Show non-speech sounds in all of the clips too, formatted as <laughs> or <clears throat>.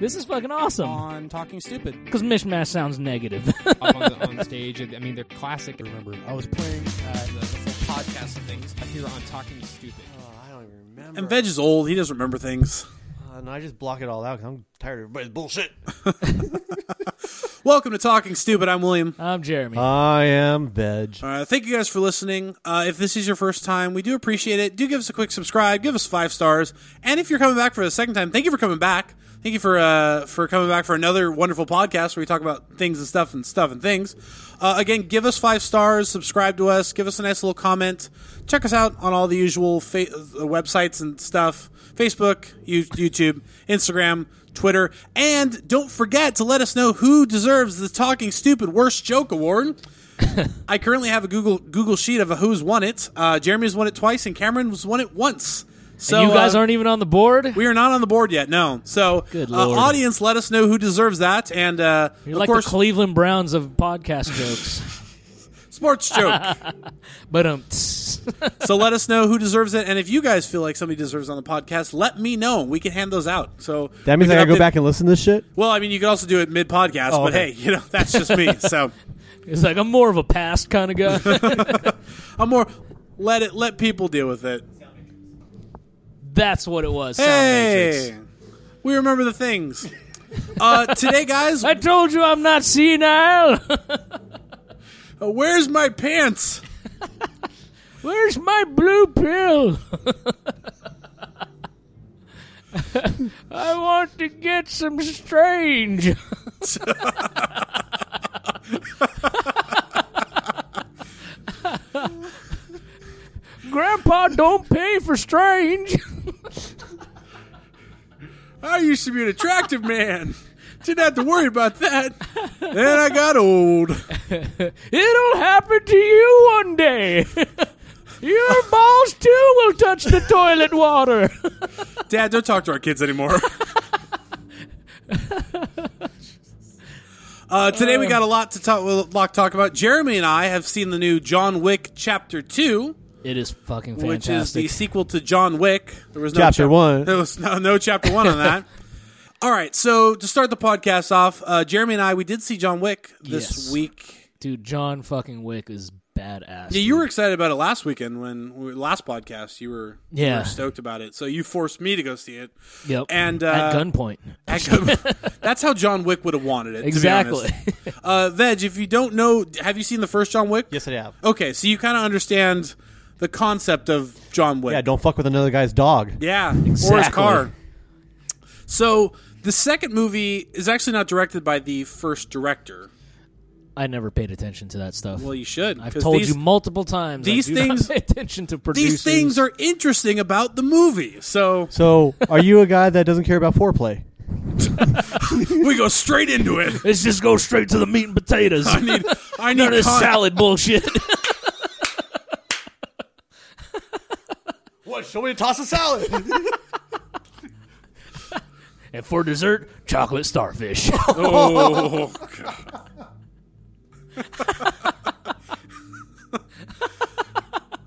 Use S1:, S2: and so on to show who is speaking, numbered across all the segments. S1: This is fucking awesome.
S2: on Talking Stupid.
S1: Because mishmash sounds negative.
S3: <laughs>
S1: <laughs>
S3: up on, the, on stage. I mean, they're classic. I remember
S4: I was playing. Uh,
S3: the, the full podcast of things here on Talking Stupid.
S4: oh, I don't even remember.
S5: And Veg is old. He doesn't remember things.
S4: Uh, no, I just block it all out because I'm tired of everybody's bullshit.
S5: Welcome to Talking Stupid. I'm William.
S1: I'm Jeremy.
S5: Uh,
S4: I am veg.
S5: All right. Thank you guys for listening. Uh, if this is your first time, we do appreciate it. Do give us a quick subscribe. Give us five stars. And if you're coming back for the second time, thank you for coming back. Thank you for uh, for coming back for another wonderful podcast where we talk about things and stuff and stuff and things. Uh, again, give us five stars. Subscribe to us. Give us a nice little comment. Check us out on all the usual fa- uh, websites and stuff: Facebook, you- YouTube, Instagram. Twitter, and don't forget to let us know who deserves the Talking Stupid Worst Joke Award. I currently have a Google Google sheet of who's won it. Uh, Jeremy's won it twice, and Cameron's won it once. So
S1: and you guys
S5: uh,
S1: aren't even on the board?
S5: We are not on the board yet. No. So,
S1: Good
S5: uh,
S1: lord.
S5: audience, let us know who deserves that, and uh,
S1: You're
S5: of
S1: like
S5: course,
S1: the Cleveland Browns of podcast
S5: <laughs>
S1: jokes. <laughs>
S5: sports joke.
S1: But um, <laughs>
S5: so let us know who deserves it, and if you guys feel like somebody deserves it on the podcast, let me know. We can hand those out. So
S4: That means
S5: we
S4: I
S5: can
S4: gotta go
S5: update-
S4: back and listen to this shit.
S5: Well, I mean, you could also do it mid podcast,
S4: Oh,
S5: but
S4: okay.
S5: hey, you know that's just me.
S4: <laughs>
S5: so
S1: it's like I'm more of a past kind of
S5: <laughs>
S1: guy.
S5: I'm more let it let people deal with it.
S1: That's what it was. Sound
S5: Hey,
S1: Matrix.
S5: we remember the things. Uh, today, guys,
S1: I told you I'm not senile. <laughs>
S5: Uh, Where's my pants?
S1: Where's my blue pill? <laughs> I want to get some strange. Grandpa don't pay for strange.
S5: I used to be an attractive man. Didn't have to worry about that. Then I got old.
S1: It'll happen to you one day. <laughs> Your balls too will touch the toilet water.
S5: Dad, don't talk to our kids anymore. <laughs> Uh, today we got a lot to talk, a lot to talk about. Jeremy and I have seen the new John Wick Chapter Two,
S1: It is fucking
S5: which is the sequel to John Wick. There was no
S4: Chapter
S5: chap-
S4: one.
S5: There was no, no Chapter One on
S4: <laughs>
S5: that. All right, so to start the podcast off, uh, Jeremy and I we did see John Wick this
S1: Yes.
S5: week.
S1: Dude, John fucking Wick is badass.
S5: Yeah, you were excited about it last weekend when we, last podcast you were you
S1: Yeah.
S5: were stoked about it. So you forced me to go see it.
S1: Yep.
S5: and,
S1: at
S5: uh,
S1: gunpoint.
S5: Echo-
S1: <laughs>
S5: That's how John Wick would have wanted it.
S1: Exactly.
S5: To be honest. uh, Veg, if you don't know, have you seen the first John Wick?
S4: Yes, I have.
S5: Okay, so you kind of understand the concept of John Wick.
S4: Yeah, don't fuck with another guy's dog.
S5: Yeah, or his
S1: Exactly.
S5: car. So the second movie is actually not directed by the first director.
S1: I never paid attention to that stuff.
S5: Well, you should.
S1: I've
S5: 'cause
S1: told
S5: these-
S1: you multiple times. I
S5: these
S1: do not <laughs>
S5: things-
S1: pay attention to producers.
S5: These things are interesting about the movie.
S1: <laughs>
S5: So
S4: So, are you a guy that doesn't care about foreplay?
S5: we go straight into it.
S1: Let's just go straight to the meat and potatoes. <laughs>
S5: I need I need
S1: None of this
S5: con-
S1: salad bullshit. <laughs>
S4: What? Show me to toss a salad.
S1: and for dessert, chocolate starfish.
S5: <laughs> Oh, God.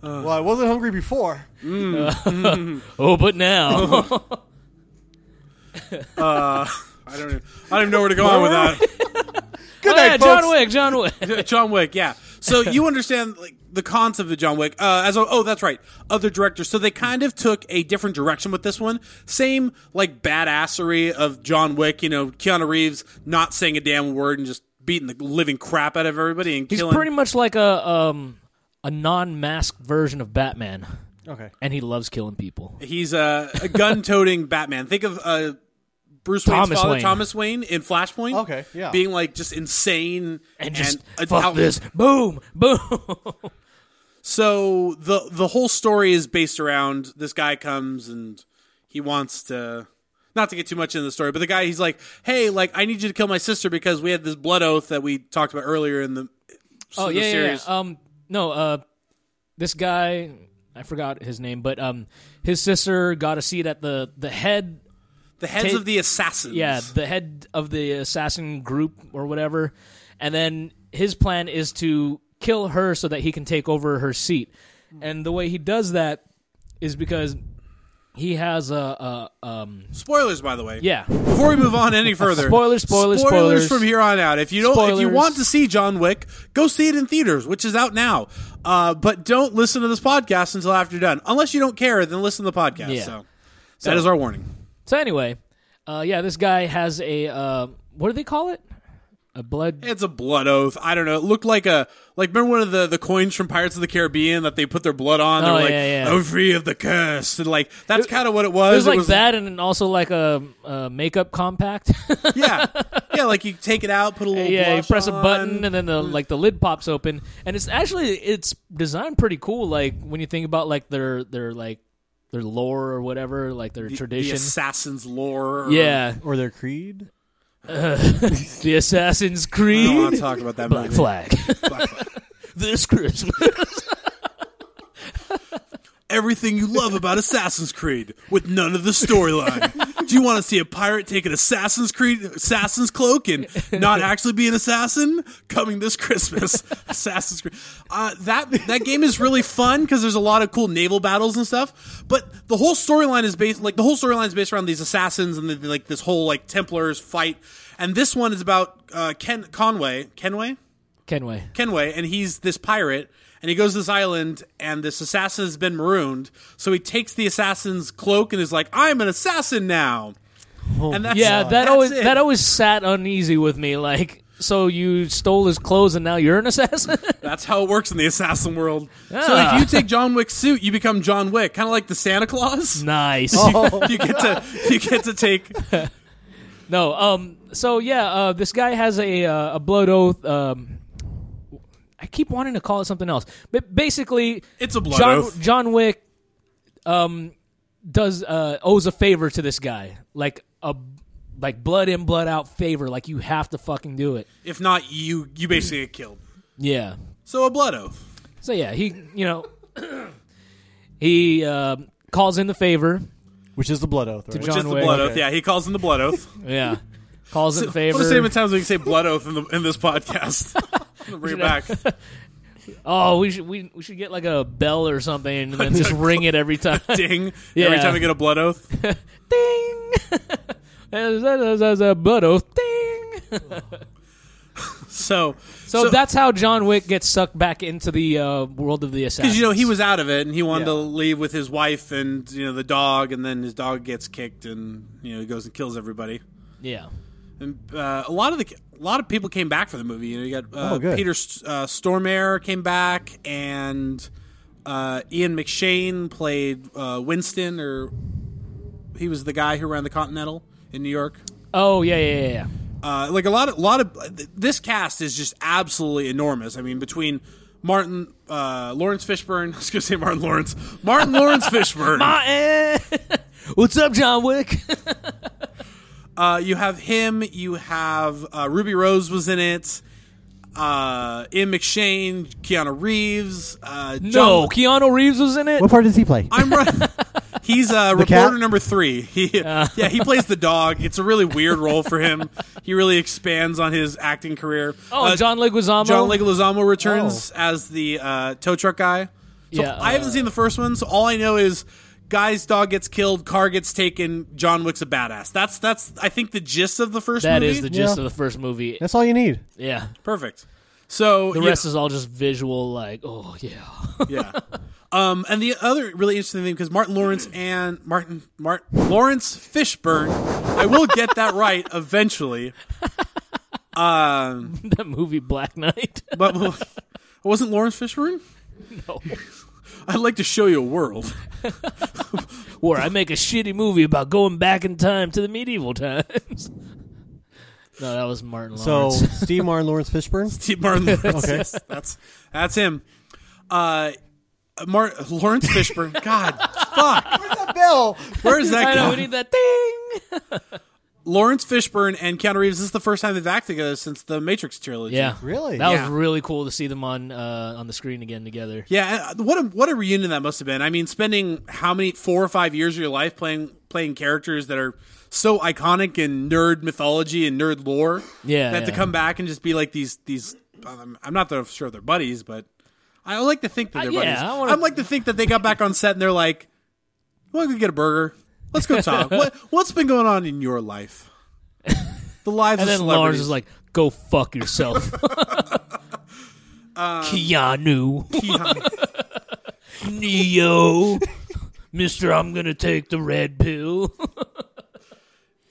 S4: well, I wasn't hungry before.
S5: Mm.
S1: <laughs> oh, but
S5: <laughs>
S1: now
S5: I don't even, I don't even know where to go on with that.
S1: Oh,
S4: Good
S1: yeah,
S4: night,
S1: John
S4: folks.
S1: Wick. John Wick.
S5: <laughs> John Wick, yeah. So you understand like the concept of John Wick uh, as a, oh that's right other directors. So they kind of took a different direction with this one. Same like badassery of John Wick. You know Keanu Reeves not saying a damn word and just beating the living crap out of everybody and
S1: He's
S5: killing.
S1: pretty much like a um a non-masked version of Batman,
S4: <laughs> Okay.
S1: and he loves killing people.
S5: He's a, a gun-toting <laughs> Batman. Think of uh, Bruce Wayne's
S1: Thomas
S5: father,
S1: Wayne.
S5: Thomas Wayne, in Flashpoint.
S4: Okay, yeah.
S5: being like just insane
S1: And just
S5: uh,
S1: fuck
S5: out-
S1: this. Boom, boom.
S5: Oh, So the the whole story is based around this guy comes and he wants to not to get too much into the story, but the guy he's like, "Hey, like I need you to kill my sister because we had this blood oath that we talked about earlier in the
S1: oh
S5: in
S1: yeah,
S5: the
S1: yeah, yeah.
S5: series."
S1: Um, no. Uh, this guy, I forgot his name, but um, his sister got a seat at the the head.
S5: the heads
S1: take-
S5: of the assassins.
S1: Yeah, the head of the assassin group or whatever, and then his plan is to kill her so that he can take over her seat. And the way he does that is because He has a, a um
S5: Spoilers, by the way.
S1: yeah.
S5: Before we move
S1: <laughs>
S5: on any further,
S1: Spoilers, spoilers, spoilers.
S5: from here on out. If you don't, if you
S1: Spoilers.
S5: want to see John Wick, go see it in theaters, which is out now. Uh, but don't listen to this podcast until after you're done. Unless you don't care, then listen to the podcast.
S1: Yeah.
S5: So, that is our warning.
S1: So anyway, uh yeah, this guy has a uh what do they call it? A blood
S5: It's a blood oath. I don't know. It looked like a like remember one of the the coins from Pirates of the Caribbean that they put their blood on. They're
S1: Oh,
S5: like,
S1: yeah, yeah.
S5: "I'm free of the curse," and like that's kind of what it was.
S1: it was like that and also like a, a makeup compact. <laughs>
S5: yeah, yeah. Like you take it out, put a little
S1: yeah, you
S5: blush
S1: press a
S5: on.
S1: button and then the like the lid pops open, and it's actually it's designed pretty cool. Like when you think about like their their like their lore or whatever, like their
S5: the
S1: tradition.
S5: assassin's lore. or-
S1: yeah,
S4: Or their creed?
S1: the Assassin's
S5: I don't want
S1: Creed
S5: to talk
S1: <laughs>
S5: about that
S1: Black
S5: movie.
S1: Flag
S5: Black Flag.
S1: <laughs> this Christmas.
S5: Everything you love about Assassin's Creed with none of the storyline. Do you want to see a pirate take an Assassin's Creed assassin's cloak and not actually be an assassin? Coming this Christmas, <laughs> Assassin's Creed. Uh, that that game is really fun because there's a lot of cool naval battles and stuff. But the whole storyline is based like the whole storyline is based around these assassins and the, like this whole like Templars fight. And this one is about uh, Ken Conway Kenway.
S1: Kenway.
S5: Kenway, and he's this pirate, and he goes to this island, and this assassin has been marooned. So he takes the assassin's cloak and is like, "I'm an assassin now." and that's,
S1: Oh, Yeah, that
S5: that's
S1: always
S5: it.
S1: that always sat uneasy with me. Like, so you stole his clothes and now you're an assassin. <laughs>
S5: that's how it works in the assassin world. So
S1: Ah.
S5: if you take John Wick's suit, you become John Wick, kind of like the Santa Claus.
S1: nice.
S5: <laughs> you get to you get to take
S1: No. Um. So yeah. Uh. This guy has a uh, a blood oath. Um. I keep wanting to call it something else, but basically,
S5: it's a blood
S1: John
S5: oath.
S1: John Wick, um, does uh owes a favor to this guy, like a like blood in blood out favor. Like you have to fucking do it.
S5: If not, you you basically get killed.
S1: Yeah.
S5: So a blood oath.
S1: So yeah, he you know he uh, calls in the favor.
S4: Which is the blood oath, right?
S1: John-
S5: Just the
S1: Wick.
S5: blood oath.
S4: Okay.
S5: Yeah, he calls in the
S1: <laughs>
S5: blood oath.
S1: Yeah. Calls in the favor.
S5: What are the same times we can say blood oath in, the, in
S1: <laughs>
S5: this podcast? I'm gonna Bring it back.
S1: Oh, we should we, we should get like a bell or something and then just ring it every time. <laughs>
S5: ding
S1: Yeah.
S5: every time we get a blood oath.
S1: <laughs> Ding. As- as- as a blood oath. Ding.
S5: So,
S1: So, that's how John Wick gets sucked back into the uh, world of the assassins.
S5: because you know he was out of it and he wanted
S4: Yeah.
S5: to leave with his wife and you know the dog, and then his dog gets kicked and you know he goes and kills everybody.
S1: yeah.
S5: And uh, a lot of the a lot of people came back for the movie. You know, you got uh,
S4: Oh, good.
S5: Peter S- uh, Stormare came back and. Uh, Ian McShane played uh, Winston, or he was the guy who ran the Continental in New York.
S1: Oh yeah yeah yeah. yeah.
S5: uh, like a lot of lot of th- this cast is just absolutely enormous. I mean, between Martin uh, Lawrence Fishburne, <laughs> I was going to say Martin Lawrence,
S1: <laughs>
S5: Martin Lawrence Fishburne.
S1: Ah, eh. What's up, John Wick?
S5: Uh, you have him. You have uh, Ruby Rose was in it. Uh, Ian McShane, Keanu Reeves. Uh, John-
S1: no, Keanu Reeves was in it.
S4: What part does he play?
S1: <laughs>
S5: I'm right. He's uh, reporter
S4: cat?
S5: number three. <laughs> He, Yeah, he plays the dog. It's a really weird role
S1: <laughs>
S5: for him. He really expands on his acting career.
S1: Oh,
S5: Uh,
S1: John Leguizamo.
S5: John Leguizamo returns
S1: Oh.
S5: as the uh, tow truck guy. So
S1: Yeah,
S5: I haven't
S1: uh,
S5: seen the first one, so all I know is guy's dog gets killed, car gets taken, John Wick's a badass. That's that's I think the gist of the first
S1: That
S5: movie.
S1: is the gist
S4: Yeah.
S1: of the first movie.
S4: That's all you need.
S1: Yeah.
S5: perfect. So
S1: The rest is all just visual, like, oh yeah. <laughs>
S5: <laughs> yeah. Um, and the other really interesting thing because Martin Lawrence and Martin Mart Lawrence Fishburne, I will get that right eventually. Um,
S1: that movie Black Knight. <laughs>
S5: but <laughs> wasn't Lawrence Fishburne?
S1: No.
S5: <laughs> I'd like to show you a world.
S1: Where I make a shitty movie about going back in time to the medieval times. <laughs> no, that was Martin
S4: So,
S1: Lawrence.
S4: <laughs>
S1: <laughs>
S4: Steve Martin, Lawrence
S5: <laughs>
S4: Fishburne?
S5: Steve Martin Lawrence.
S4: Okay.
S5: yes, that's that's him. Uh, Mar- Lawrence Fishburne. God, fuck.
S4: Bill!
S5: Where's
S1: <laughs>
S5: that
S1: I know we
S5: guy?
S1: need that thing.
S5: Lawrence Fishburne and Keanu Reeves. This is the first time they've acted together since the Matrix trilogy.
S1: Yeah,
S4: Really?
S1: That
S5: Yeah.
S1: was really cool to see them on uh, on the screen again
S5: <laughs>
S1: together.
S5: Yeah, and, uh, what a what a reunion that must have been. I mean, spending how many four or five years of your life playing playing characters that are so iconic in nerd mythology and nerd lore.
S1: Yeah,
S5: that to
S1: yeah.
S5: come back and just be like these these. Um, I'm not that sure they're buddies, but I like to think that
S1: Uh,
S5: they're
S1: yeah,
S5: buddies.
S1: I
S5: I
S1: wanna-
S5: would like to think that they got back on set and they're like, We'll go get a burger. Let's go
S1: <laughs>
S5: talk. what what's been going on in your life? The lives
S1: And
S5: of
S1: then Lawrence
S5: celebrities.
S1: is like, "Go fuck yourself."
S5: <laughs>
S1: <laughs>
S5: Um,
S1: Keanu, <laughs> Neo, <laughs> Mister, I'm gonna take the red pill. <laughs>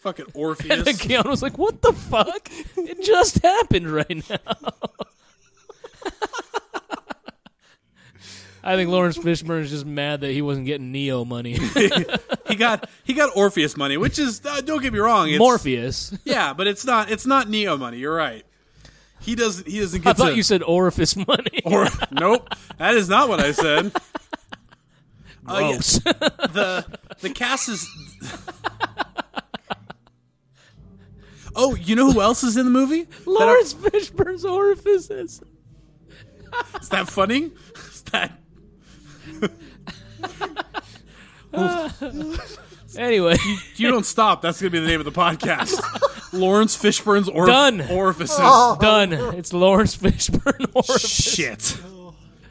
S5: fucking
S1: And <laughs> then
S5: Orpheus.
S1: Keanu's like, "What the fuck? It just happened right now." I think Lawrence Fishburne is just mad that he wasn't getting Neo <laughs> money.
S5: he got he got Orpheus money, which is uh, don't get me wrong, it's,
S1: Morpheus.
S5: Yeah, but it's not it's not Neo money. You're right. He doesn't he doesn't get
S1: I thought
S5: to
S1: you said orifice money.
S5: or <laughs> nope. That is not what I said.
S1: <laughs>
S5: Uh, yeah,
S1: Gross.
S5: the the cast is. oh, you know who else is in the movie?
S1: <laughs> Lawrence Fishburne's orifices.
S5: That are- is that funny? Is that
S1: Anyway,
S5: you don't stop? That's gonna be the name of
S1: <laughs>
S5: the podcast. Lawrence Fishburne's orif-
S1: Done. Oh.
S5: orifices.
S1: <laughs> done. It's Lawrence Fishburne <laughs> orifice.
S5: Shit.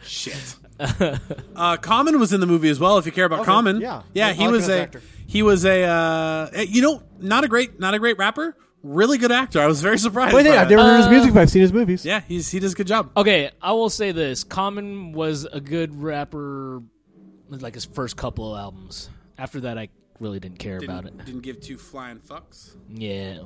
S5: Shit. uh, Common was in the movie as well. If you care about Common,
S4: yeah.
S5: yeah,
S4: I- I
S5: he
S4: like
S5: was
S4: him as an
S5: a
S4: actor.
S5: he was a uh, eh, you know not a great not a great rapper, really good actor. I was very surprised.
S4: Wait,
S5: by
S4: yeah, I've
S5: that.
S4: never heard his music, but I've seen his movies.
S5: yeah, he's he does a good job.
S1: Okay, I will say this: Common was a good rapper, with, like his first couple of albums. After that, I really didn't care about it.
S5: Didn't, didn't give two flying fucks.
S1: Yeah,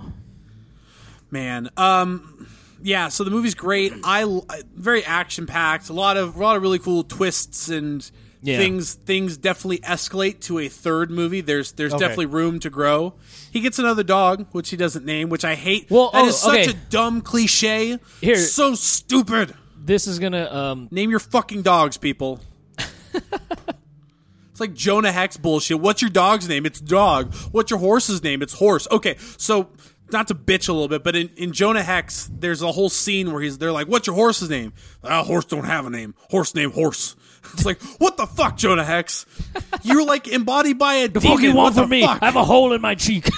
S5: Man, um, yeah. So the movie's great. I I- very action packed. A lot of a lot of really cool twists and
S1: Yeah.
S5: things. Things definitely escalate to a third movie. There's there's
S4: Okay.
S5: definitely room to grow. He gets another dog, which he doesn't name, which I hate.
S1: Well,
S5: that
S1: oh,
S5: is such
S1: okay.
S5: a dumb cliche.
S1: Here-
S5: so stupid.
S1: this is gonna. Um,
S5: Name your fucking
S1: <laughs>
S5: dogs, people. it's like Jonah Hex bullshit. What's your dog's name? It's dog. What's your horse's name? It's horse. Okay, so not to bitch a little bit, but in, in Jonah Hex, there's a whole scene where he's they're like, "What's your horse's name?" Ah, horse don't have a name. Horse name horse. <laughs> It's like, what the fuck, Jonah Hex? You're like embodied by a
S1: what
S5: demon.
S1: do you want
S5: what
S1: from
S5: the
S1: me?
S5: fuck?
S1: I have a hole in my cheek.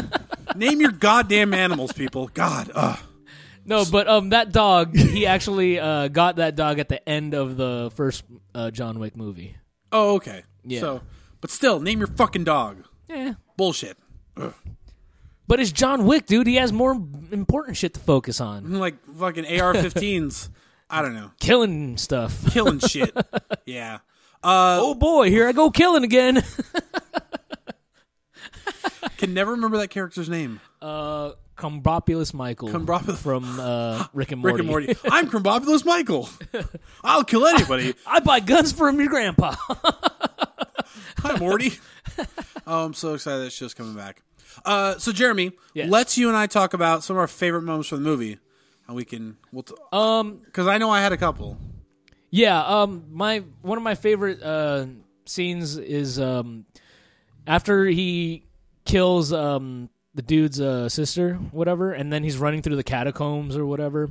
S1: <laughs>
S5: Name your goddamn animals, people. God, ugh.
S1: no, but um, that dog. He actually uh, got that dog at the end of the first uh, John Wick movie.
S5: Oh, okay.
S1: Yeah.
S5: So, but still, name your fucking dog.
S1: Yeah,
S5: Bullshit.
S1: but it's John Wick, dude. He has more important shit to focus on.
S5: like
S1: <laughs>
S5: fucking AR-15s. I don't know,
S1: Killing stuff. <laughs>
S5: killing shit. Yeah. Uh,
S1: oh boy, here I go killing again. <laughs>
S5: Can never remember that character's name.
S1: Uh, Combopulus Michael
S5: Combopulus-
S1: from uh, <laughs> Rick and Morty.
S5: Rick and Morty. I'm Crumbobulus
S1: <laughs>
S5: Michael. I'll kill anybody.
S1: I buy guns from your grandpa.
S5: Hi, Morty. <laughs> Oh, I'm so excited that show's coming back. Uh, so Jeremy,
S1: Yes.
S5: let's you and I talk about some of our favorite moments from the movie, and we can we'll t- um because I know I had a couple.
S1: yeah, um, my one of my favorite uh, scenes is um, after he kills um, the dude's uh, sister, whatever, and then he's running through the catacombs or whatever,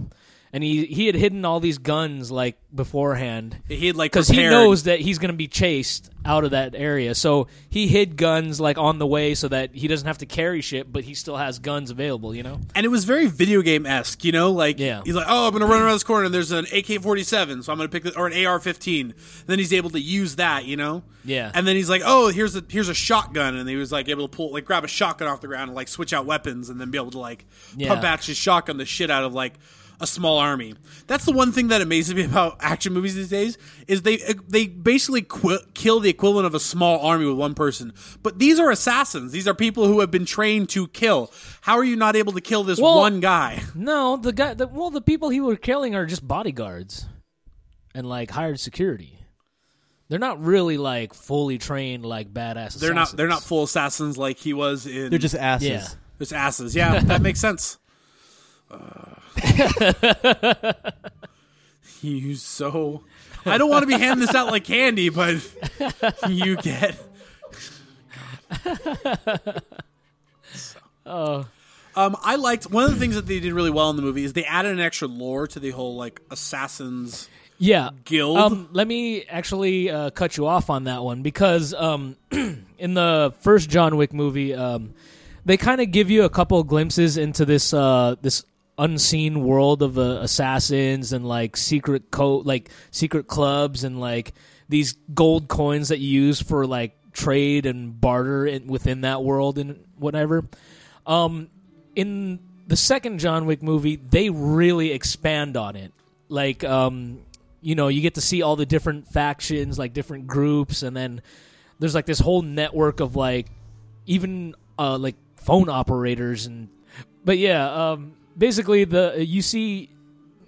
S1: and he he had hidden all these guns like beforehand.
S5: He had like
S1: because he
S5: prepared-
S1: knows that he's going to be chased out of that area. So he hid guns like on the way so that he doesn't have to carry shit, but he still has guns available. You know?
S5: and it was very video game esque, you know, like
S1: Yeah.
S5: he's like, oh, I'm gonna run around this corner and there's an AK forty seven, so I'm gonna pick the, or an AR fifteen. Then he's able to use that, you know,
S1: Yeah.
S5: And then he's like, oh, here's a here's a shotgun, and he was like able to pull like grab a shotgun off the ground and like switch out weapons and then be able to like
S1: Yeah.
S5: pump action shotgun the shit out of like a small army. That's the one thing that amazes me about action movies these days is they they basically qu- kill the equivalent of a small army with one person. But these are assassins. These are people who have been trained to kill. How are you not able to kill this
S1: Well-
S5: one guy?
S1: No, the guy. The, well, the people he were killing are just bodyguards and like hired security. They're not really like fully trained like badass.
S5: They're not they're not
S1: assassins.
S5: full assassins like he was in
S4: They're just asses.
S1: Yeah.
S5: There's asses. Yeah, that
S1: <laughs>
S5: makes sense. Uh, you so. I don't want to be handing this out like candy, but
S1: <laughs>
S5: you get. Oh. Um, I liked one of the things that they did really well in the movie is they added an extra lore to the whole like assassins.
S1: yeah
S5: Guild?
S1: Um, let me actually uh, cut you off on that one because um, <clears throat> in the first John Wick movie, um, they kind of give you a couple of glimpses into this uh, this unseen world of uh, assassins and like secret co- like secret clubs and like these gold coins that you use for like trade and barter in, within that world and whatever. Um, in the second John Wick movie, they really expand on it. Like, um, you know, you get to see all the different factions, like different groups, and then there's like this whole network of like even uh, like phone operators and. But yeah, um, basically the you see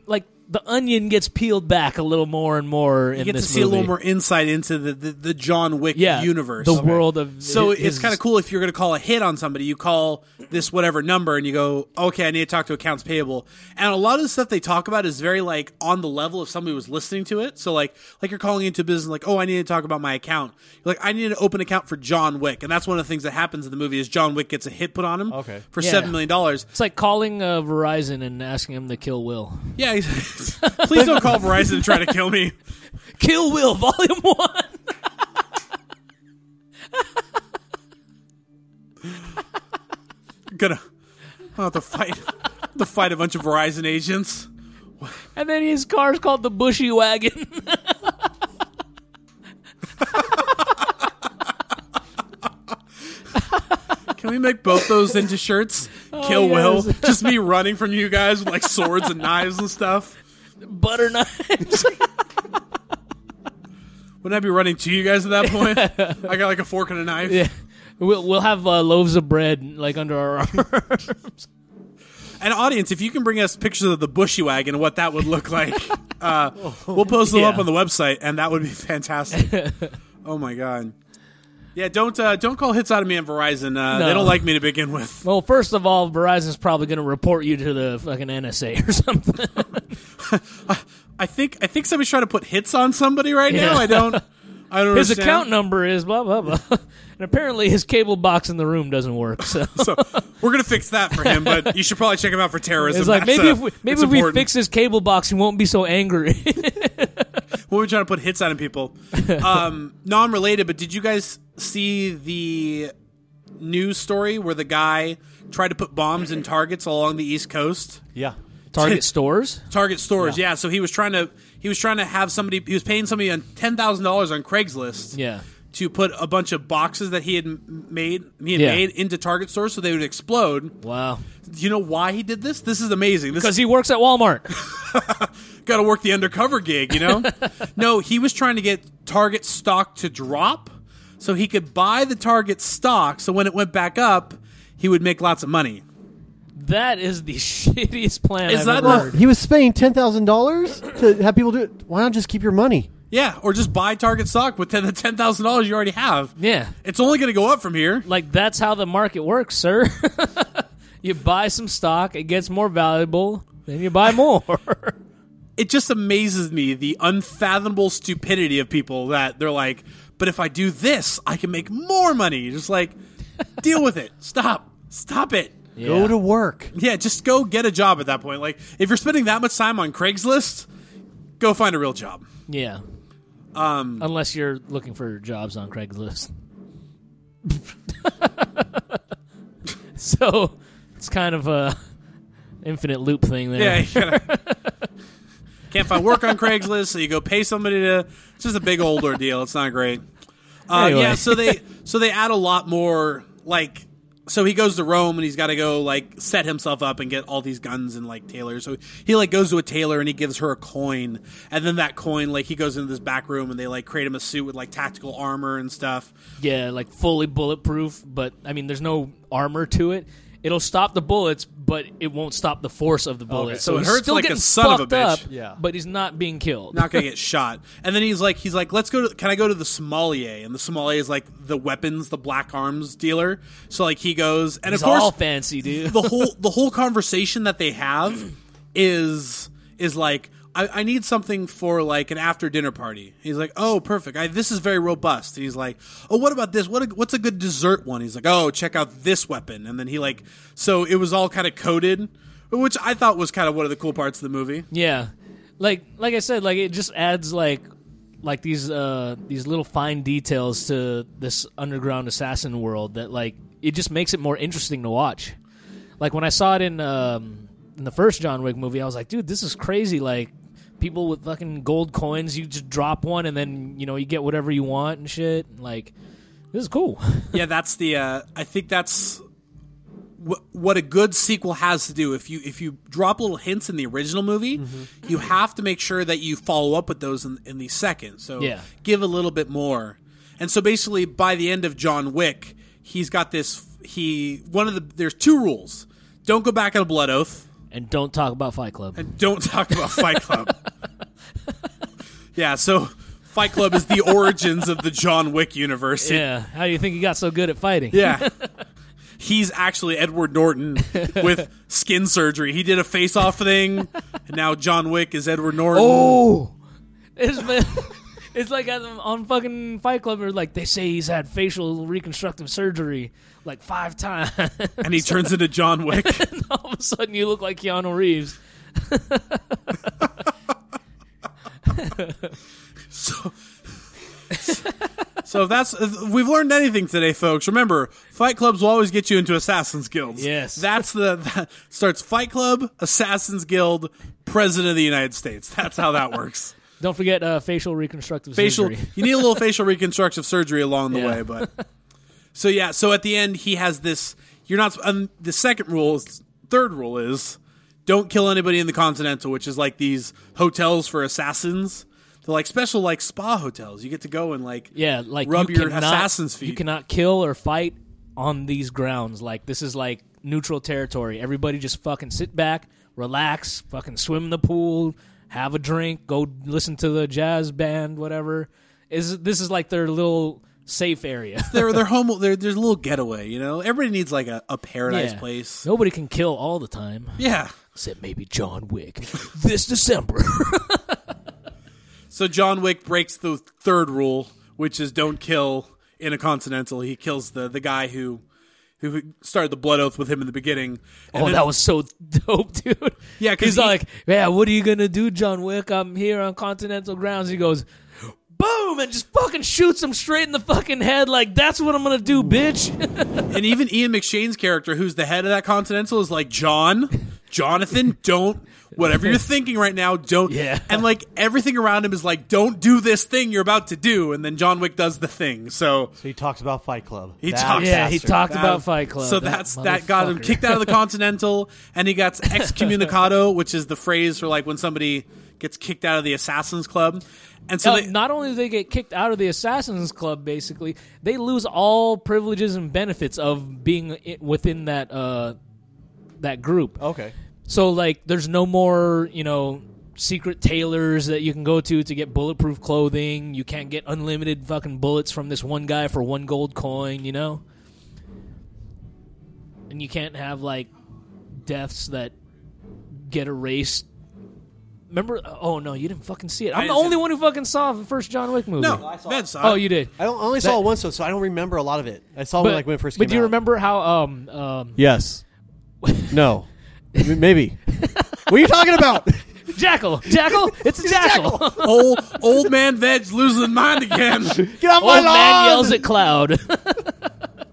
S1: like the onion gets peeled back a little more and more in
S5: You get to
S1: this
S5: see a little
S1: movie.
S5: more insight into the, the, the John Wick
S1: yeah,
S5: universe.
S1: the world of
S5: So
S1: his-
S5: it's kind of cool if you're going to call a hit on somebody, you call this whatever number and you go, okay, I need to talk to accounts payable. And a lot of the stuff they talk about is very like on the level if somebody was listening to it. So like, like you're calling into business, like, oh, I need to talk about my account. You're like, I need to open account for John Wick. And that's one of the things that happens in the movie is John Wick gets a hit put on him
S4: Okay.
S5: for
S1: Yeah.
S5: $7 million.
S1: It's like calling uh, Verizon and asking him to kill Will.
S5: Yeah. he's- <laughs> Please don't call Verizon and try to kill me. <laughs>
S1: Kill Will, <laughs> Volume One.
S5: gonna I'll have to fight <laughs> to fight a bunch of Verizon agents.
S1: And then his car's called the Bushy Wagon. <laughs>
S5: Can we make both those
S1: <laughs>
S5: into shirts? Kill Will.
S1: Oh, yes.
S5: <laughs> Just me running from you guys with like swords and knives and stuff.
S1: Butter knives.
S5: Wouldn't I be running to you guys at that
S1: <laughs>
S5: point? I got like a fork and a knife.
S1: we'll we'll have uh, loaves of bread like under our
S5: <laughs>
S1: arms.
S5: And audience, if you can bring us pictures of the bushy wagon and what that would look like, uh,
S1: <laughs>
S5: we'll post them up
S1: Yeah.
S5: on the website, and that would be fantastic.
S1: <laughs>
S5: oh my god. Yeah, don't uh, don't call hits out of me on Verizon. Uh, They
S1: No.
S5: don't like me to begin with.
S1: well, first of all, Verizon's probably going to report you to the fucking NSA or something.
S5: I think I think somebody's trying to put hits on somebody right now.
S1: Yeah.
S5: I don't. I don't.
S1: <laughs> his
S5: understand.
S1: account number is blah blah
S5: <laughs>
S1: blah. and apparently, his cable box in the room doesn't work. So.
S5: <laughs> So we're gonna fix that for him, but you should probably check him out for terrorism.
S1: It's like
S5: That's,
S1: maybe
S5: uh,
S1: if we maybe
S5: it's
S1: if we
S5: important.
S1: fix his cable box, he won't be so angry. <laughs>
S5: when we're trying to put hits on people. Um, non-related, but did you guys see the news story where the guy tried to put bombs in targets along the East Coast?
S4: Yeah.
S1: Target stores.
S5: Target stores, yeah. So he was trying to he was trying to have somebody he was paying somebody on ten thousand dollars on Craigslist.
S1: Yeah.
S5: to put a bunch of boxes that he had m- made he had
S1: Yeah.
S5: made into Target stores so they would explode.
S1: Wow.
S5: Do you know why he did this? This is amazing. This
S1: Because he works at Walmart.
S5: got to work the undercover gig, you know? no, he was trying to get Target stock to drop so he could buy the Target stock so when it went back up, he would make lots of money.
S1: That is the <laughs> shittiest plan
S5: Is
S1: I've
S5: that
S1: ever
S5: not-
S1: heard.
S4: He was spending ten thousand dollars to have people do it. Why not just keep your money?
S5: Yeah, or just buy Target stock with <laughs> the $10,000 you already have.
S1: Yeah.
S5: It's only going to go up from here.
S1: Like that's how the market works, sir. <laughs> you buy some stock, it gets more valuable, then you buy more. <laughs>
S5: It just amazes me the unfathomable stupidity of people that they're like, but if I do this, I can make more money. Just like, deal with it. Stop. Stop it.
S4: Go to work.
S5: Yeah, just go get a job at that point. Like, if you're spending that much time on Craigslist, go find a real job.
S1: yeah. Um, Unless you're looking for jobs on Craigslist. <laughs> so it's kind of a infinite loop thing there.
S5: Yeah, you gotta, <laughs> can't find work on Craigslist, so you go pay somebody to. It's just a big old ordeal. It's not great. Uh,
S1: Anyway.
S5: Yeah, so they so they add a lot more. Like, so he goes to Rome and he's got to go like set himself up and get all these guns and like tailors. So he like goes to a tailor and he gives her a coin, and then that coin like he goes into this back room and they like create him a suit with like tactical armor and stuff.
S1: Yeah, like fully bulletproof, but I mean, there's no armor to it. It'll stop the bullets, but it won't stop the force of the bullets. So,
S5: So
S4: Okay.
S5: it
S1: he's
S5: hurts
S1: still
S5: like a
S1: getting
S5: son of a
S1: fucked
S5: bitch.
S1: Up,
S4: Yeah.
S1: but he's not being killed.
S5: not gonna get shot. And then he's like, he's like, let's go to. Can I go to the sommelier? And the sommelier is like the weapons, the black arms dealer. So like he goes, and
S1: It's
S5: of course,
S1: all fancy, dude.
S5: the whole the whole conversation that they have is is like I, I need something for like an after dinner party. He's like, oh, perfect. I, this is very robust. And he's like, oh, what about this? What a, what's a good dessert one? He's like, oh, check out this weapon. And then he like, so it was all kind of coded, which I thought was kind of one of the cool parts of the movie.
S1: Yeah, like like I said, like it just adds like like these uh these little fine details to this underground assassin world that like it just makes it more interesting to watch. Like when I saw it in um in the first John Wick movie, I was like, dude, this is crazy. Like people with fucking gold coins, you just drop one and then you know you get whatever you want and shit. Like This is cool. <laughs>
S5: yeah, that's the. Uh, I think that's wh- what a good sequel has to do. If you if you drop little hints in the original movie, you have to make sure that you follow up with those in, in the second. So
S1: Yeah.
S5: give a little bit more. And so basically, by the end of John Wick, he's got this. He one of the there's two rules: don't go back on a blood oath,
S1: and don't talk about Fight Club.
S5: and don't talk about Fight Club. yeah, so. Fight Club is the origins of the John Wick universe. It
S1: yeah. How do you think he got so good at fighting?
S5: yeah. <laughs> He's actually Edward Norton with skin surgery. He did a face off thing, and now John Wick is Edward Norton.
S1: Oh, it's been- <laughs> it's like at- on fucking Fight Club. Or like they say he's had facial reconstructive surgery like five times. <laughs>
S5: And he turns into John Wick. <laughs>
S1: All of a sudden, you look like Keanu Reeves.
S5: So if that's if we've learned anything today, folks, remember Fight Clubs will always get you into Assassin's Guilds.
S1: Yes.
S5: That's the that starts Fight Club, Assassin's Guild, President of the United States. That's how that works.
S1: Don't forget uh, facial reconstructive
S5: facial
S1: surgery.
S5: you need a little
S1: <laughs>
S5: facial reconstructive surgery along the
S1: Yeah.
S5: way but so yeah so at the end he has this you're not um, the second rule is third rule is don't kill anybody in the continental which is like these hotels for assassins they're like special like spa hotels you get to go and like
S1: Yeah, like
S5: rub
S1: you
S5: your
S1: cannot,
S5: assassin's feet
S1: You cannot kill or fight on these grounds. Like this is like neutral territory. Everybody just fucking sit back, relax, fucking swim in the pool, have a drink, go listen to the jazz band, whatever. Is this is like their little safe area.
S5: <laughs> they're they're home they're, there's a little getaway you know everybody needs like a, a paradise
S1: Yeah.
S5: place
S1: Nobody can kill all the time,
S5: yeah
S1: except maybe John Wick <laughs> this December.
S5: So John Wick breaks the third rule, which is don't kill in a continental. He kills the the guy who who started the blood oath with him in the beginning. And
S1: oh,
S5: then-
S1: that was so <laughs> dope, dude.
S5: Yeah, 'cause
S1: he's
S5: he-
S1: like, yeah, what are you gonna do, John Wick? I'm here on continental grounds. He goes, boom, and just fucking shoots him straight in the fucking head. Like that's what I'm gonna do, <laughs> bitch.
S5: and even Ian McShane's character, who's the head of that continental, is like John, Jonathan, don't whatever you're thinking right now, don't.
S1: Yeah.
S5: And like everything around him is like, don't do this thing you're about to do, and then John Wick does the thing. So
S4: So he talks about Fight Club.
S5: He
S4: That
S5: talks-
S1: yeah, he
S4: bastard.
S1: talked
S5: That-
S1: about Fight Club.
S5: So
S1: that
S5: that's that got him
S1: motherfucker.
S5: kicked out
S1: <laughs>
S5: of the Continental, and he got excommunicado, which is the phrase for like when somebody gets kicked out of the Assassins Club. And so
S1: Uh,
S5: they,
S1: not only do they get kicked out of the Assassins Club, basically, they lose all privileges and benefits of being i- within that uh, that group.
S4: Okay.
S1: So like, there's no more, you know, secret tailors that you can go to to get bulletproof clothing. You can't get unlimited fucking bullets from this one guy for one gold coin, you know. And you can't have like deaths that get erased. Remember? Oh no, you didn't fucking see it. I'm the
S5: didn't see
S1: only
S5: it.
S1: one who fucking saw the first John Wick movie.
S5: no, that's
S1: Oh, you <laughs> did.
S4: I don't- I only saw it once, though, so I don't remember a lot of it. I saw it like when it first
S1: but
S4: came
S1: do you
S4: out.
S1: remember how um
S5: <laughs>
S1: um
S4: Yes.
S1: <laughs>
S4: no. M- Maybe. what are you talking about?
S1: jackal jackal it's a <laughs> jackal,
S5: old old man veg losing
S1: <laughs>
S5: mind again.
S4: Get off my
S1: old man
S4: lawn!
S1: yells at cloud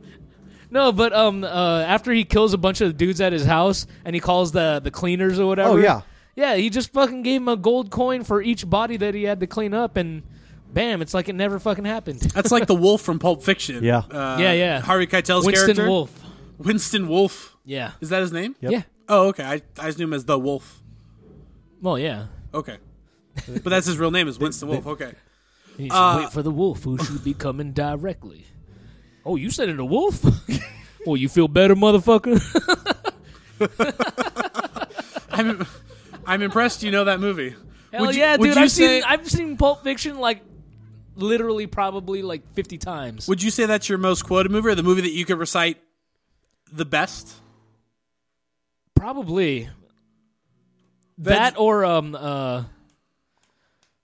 S1: <laughs> no but um uh after he kills a bunch of dudes at his house and he calls the the cleaners or whatever
S4: Oh, yeah.
S1: yeah he just fucking gave him a gold coin for each body that he had to clean up and bam it's like it never fucking happened
S5: That's like the wolf from Pulp Fiction.
S4: Yeah.
S5: Uh,
S1: yeah yeah
S5: Harvey Keitel's
S1: winston
S5: character,
S1: wolf
S5: Winston Wolf.
S1: yeah
S5: Is that his name?
S4: Yep.
S1: yeah
S5: Oh, okay. I I just knew him as the Wolf.
S1: well yeah
S4: <laughs>
S5: Okay, but that's his real name is Winston Wolf. Okay.
S1: You should wait for the wolf who should be coming directly. <laughs> Oh, you said it a wolf? <laughs> well, you feel better, motherfucker?
S5: I'm <laughs> I'm impressed. You know that movie.
S1: Hell
S5: Would you-
S1: yeah,
S5: would
S1: dude.
S5: you
S1: I've,
S5: say-
S1: seen, I've seen Pulp Fiction like literally probably like 50 times.
S5: Would you say that's your most quoted movie or the movie that you could recite the best?
S1: probably.
S5: That's-
S1: That or um uh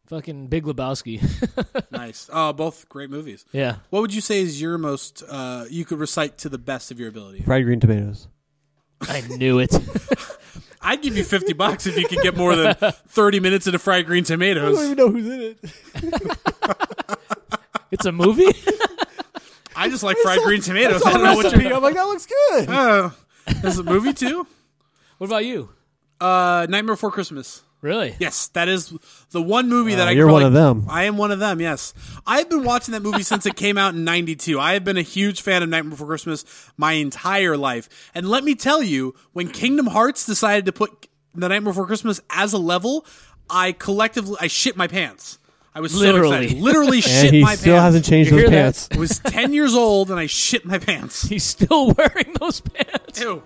S1: fucking Big Lebowski. <laughs>
S5: nice. Oh, both great movies.
S1: yeah.
S5: What would you say is your most uh, you could recite to the best of your ability?
S4: Fried green tomatoes.
S1: I knew
S4: <laughs>
S1: it.
S5: I'd give you 50 bucks if you could get more than 30 minutes into fried green
S4: I don't
S5: tomatoes.
S4: even know who's in it.
S1: it's a movie? <laughs>
S5: I just like fried green tomatoes. <laughs> I
S4: I
S5: don't know what you're
S4: I'm like, that
S5: <laughs>
S4: looks good.
S5: uh, Is it a movie too?
S1: what about you?
S5: Uh, Nightmare Before Christmas.
S1: Really?
S5: Yes, that is the one movie that I. could
S4: you're one
S5: probably-
S4: of them.
S5: I am one of them. Yes, I've been watching that movie since it came out in '92. I have been a huge fan of Nightmare Before Christmas my entire life, and let me tell you, when Kingdom Hearts decided to put The Nightmare Before Christmas as a level, I collectively I shit my pants. I was
S1: Literally.
S5: so excited. Literally shit
S4: And he
S5: my
S4: still
S5: pants.
S4: hasn't changed
S1: You
S4: those
S1: hear that?
S4: pants.
S5: I was 10 years old and I shit my pants.
S1: He's still <laughs> wearing those pants. <laughs>
S5: Ew.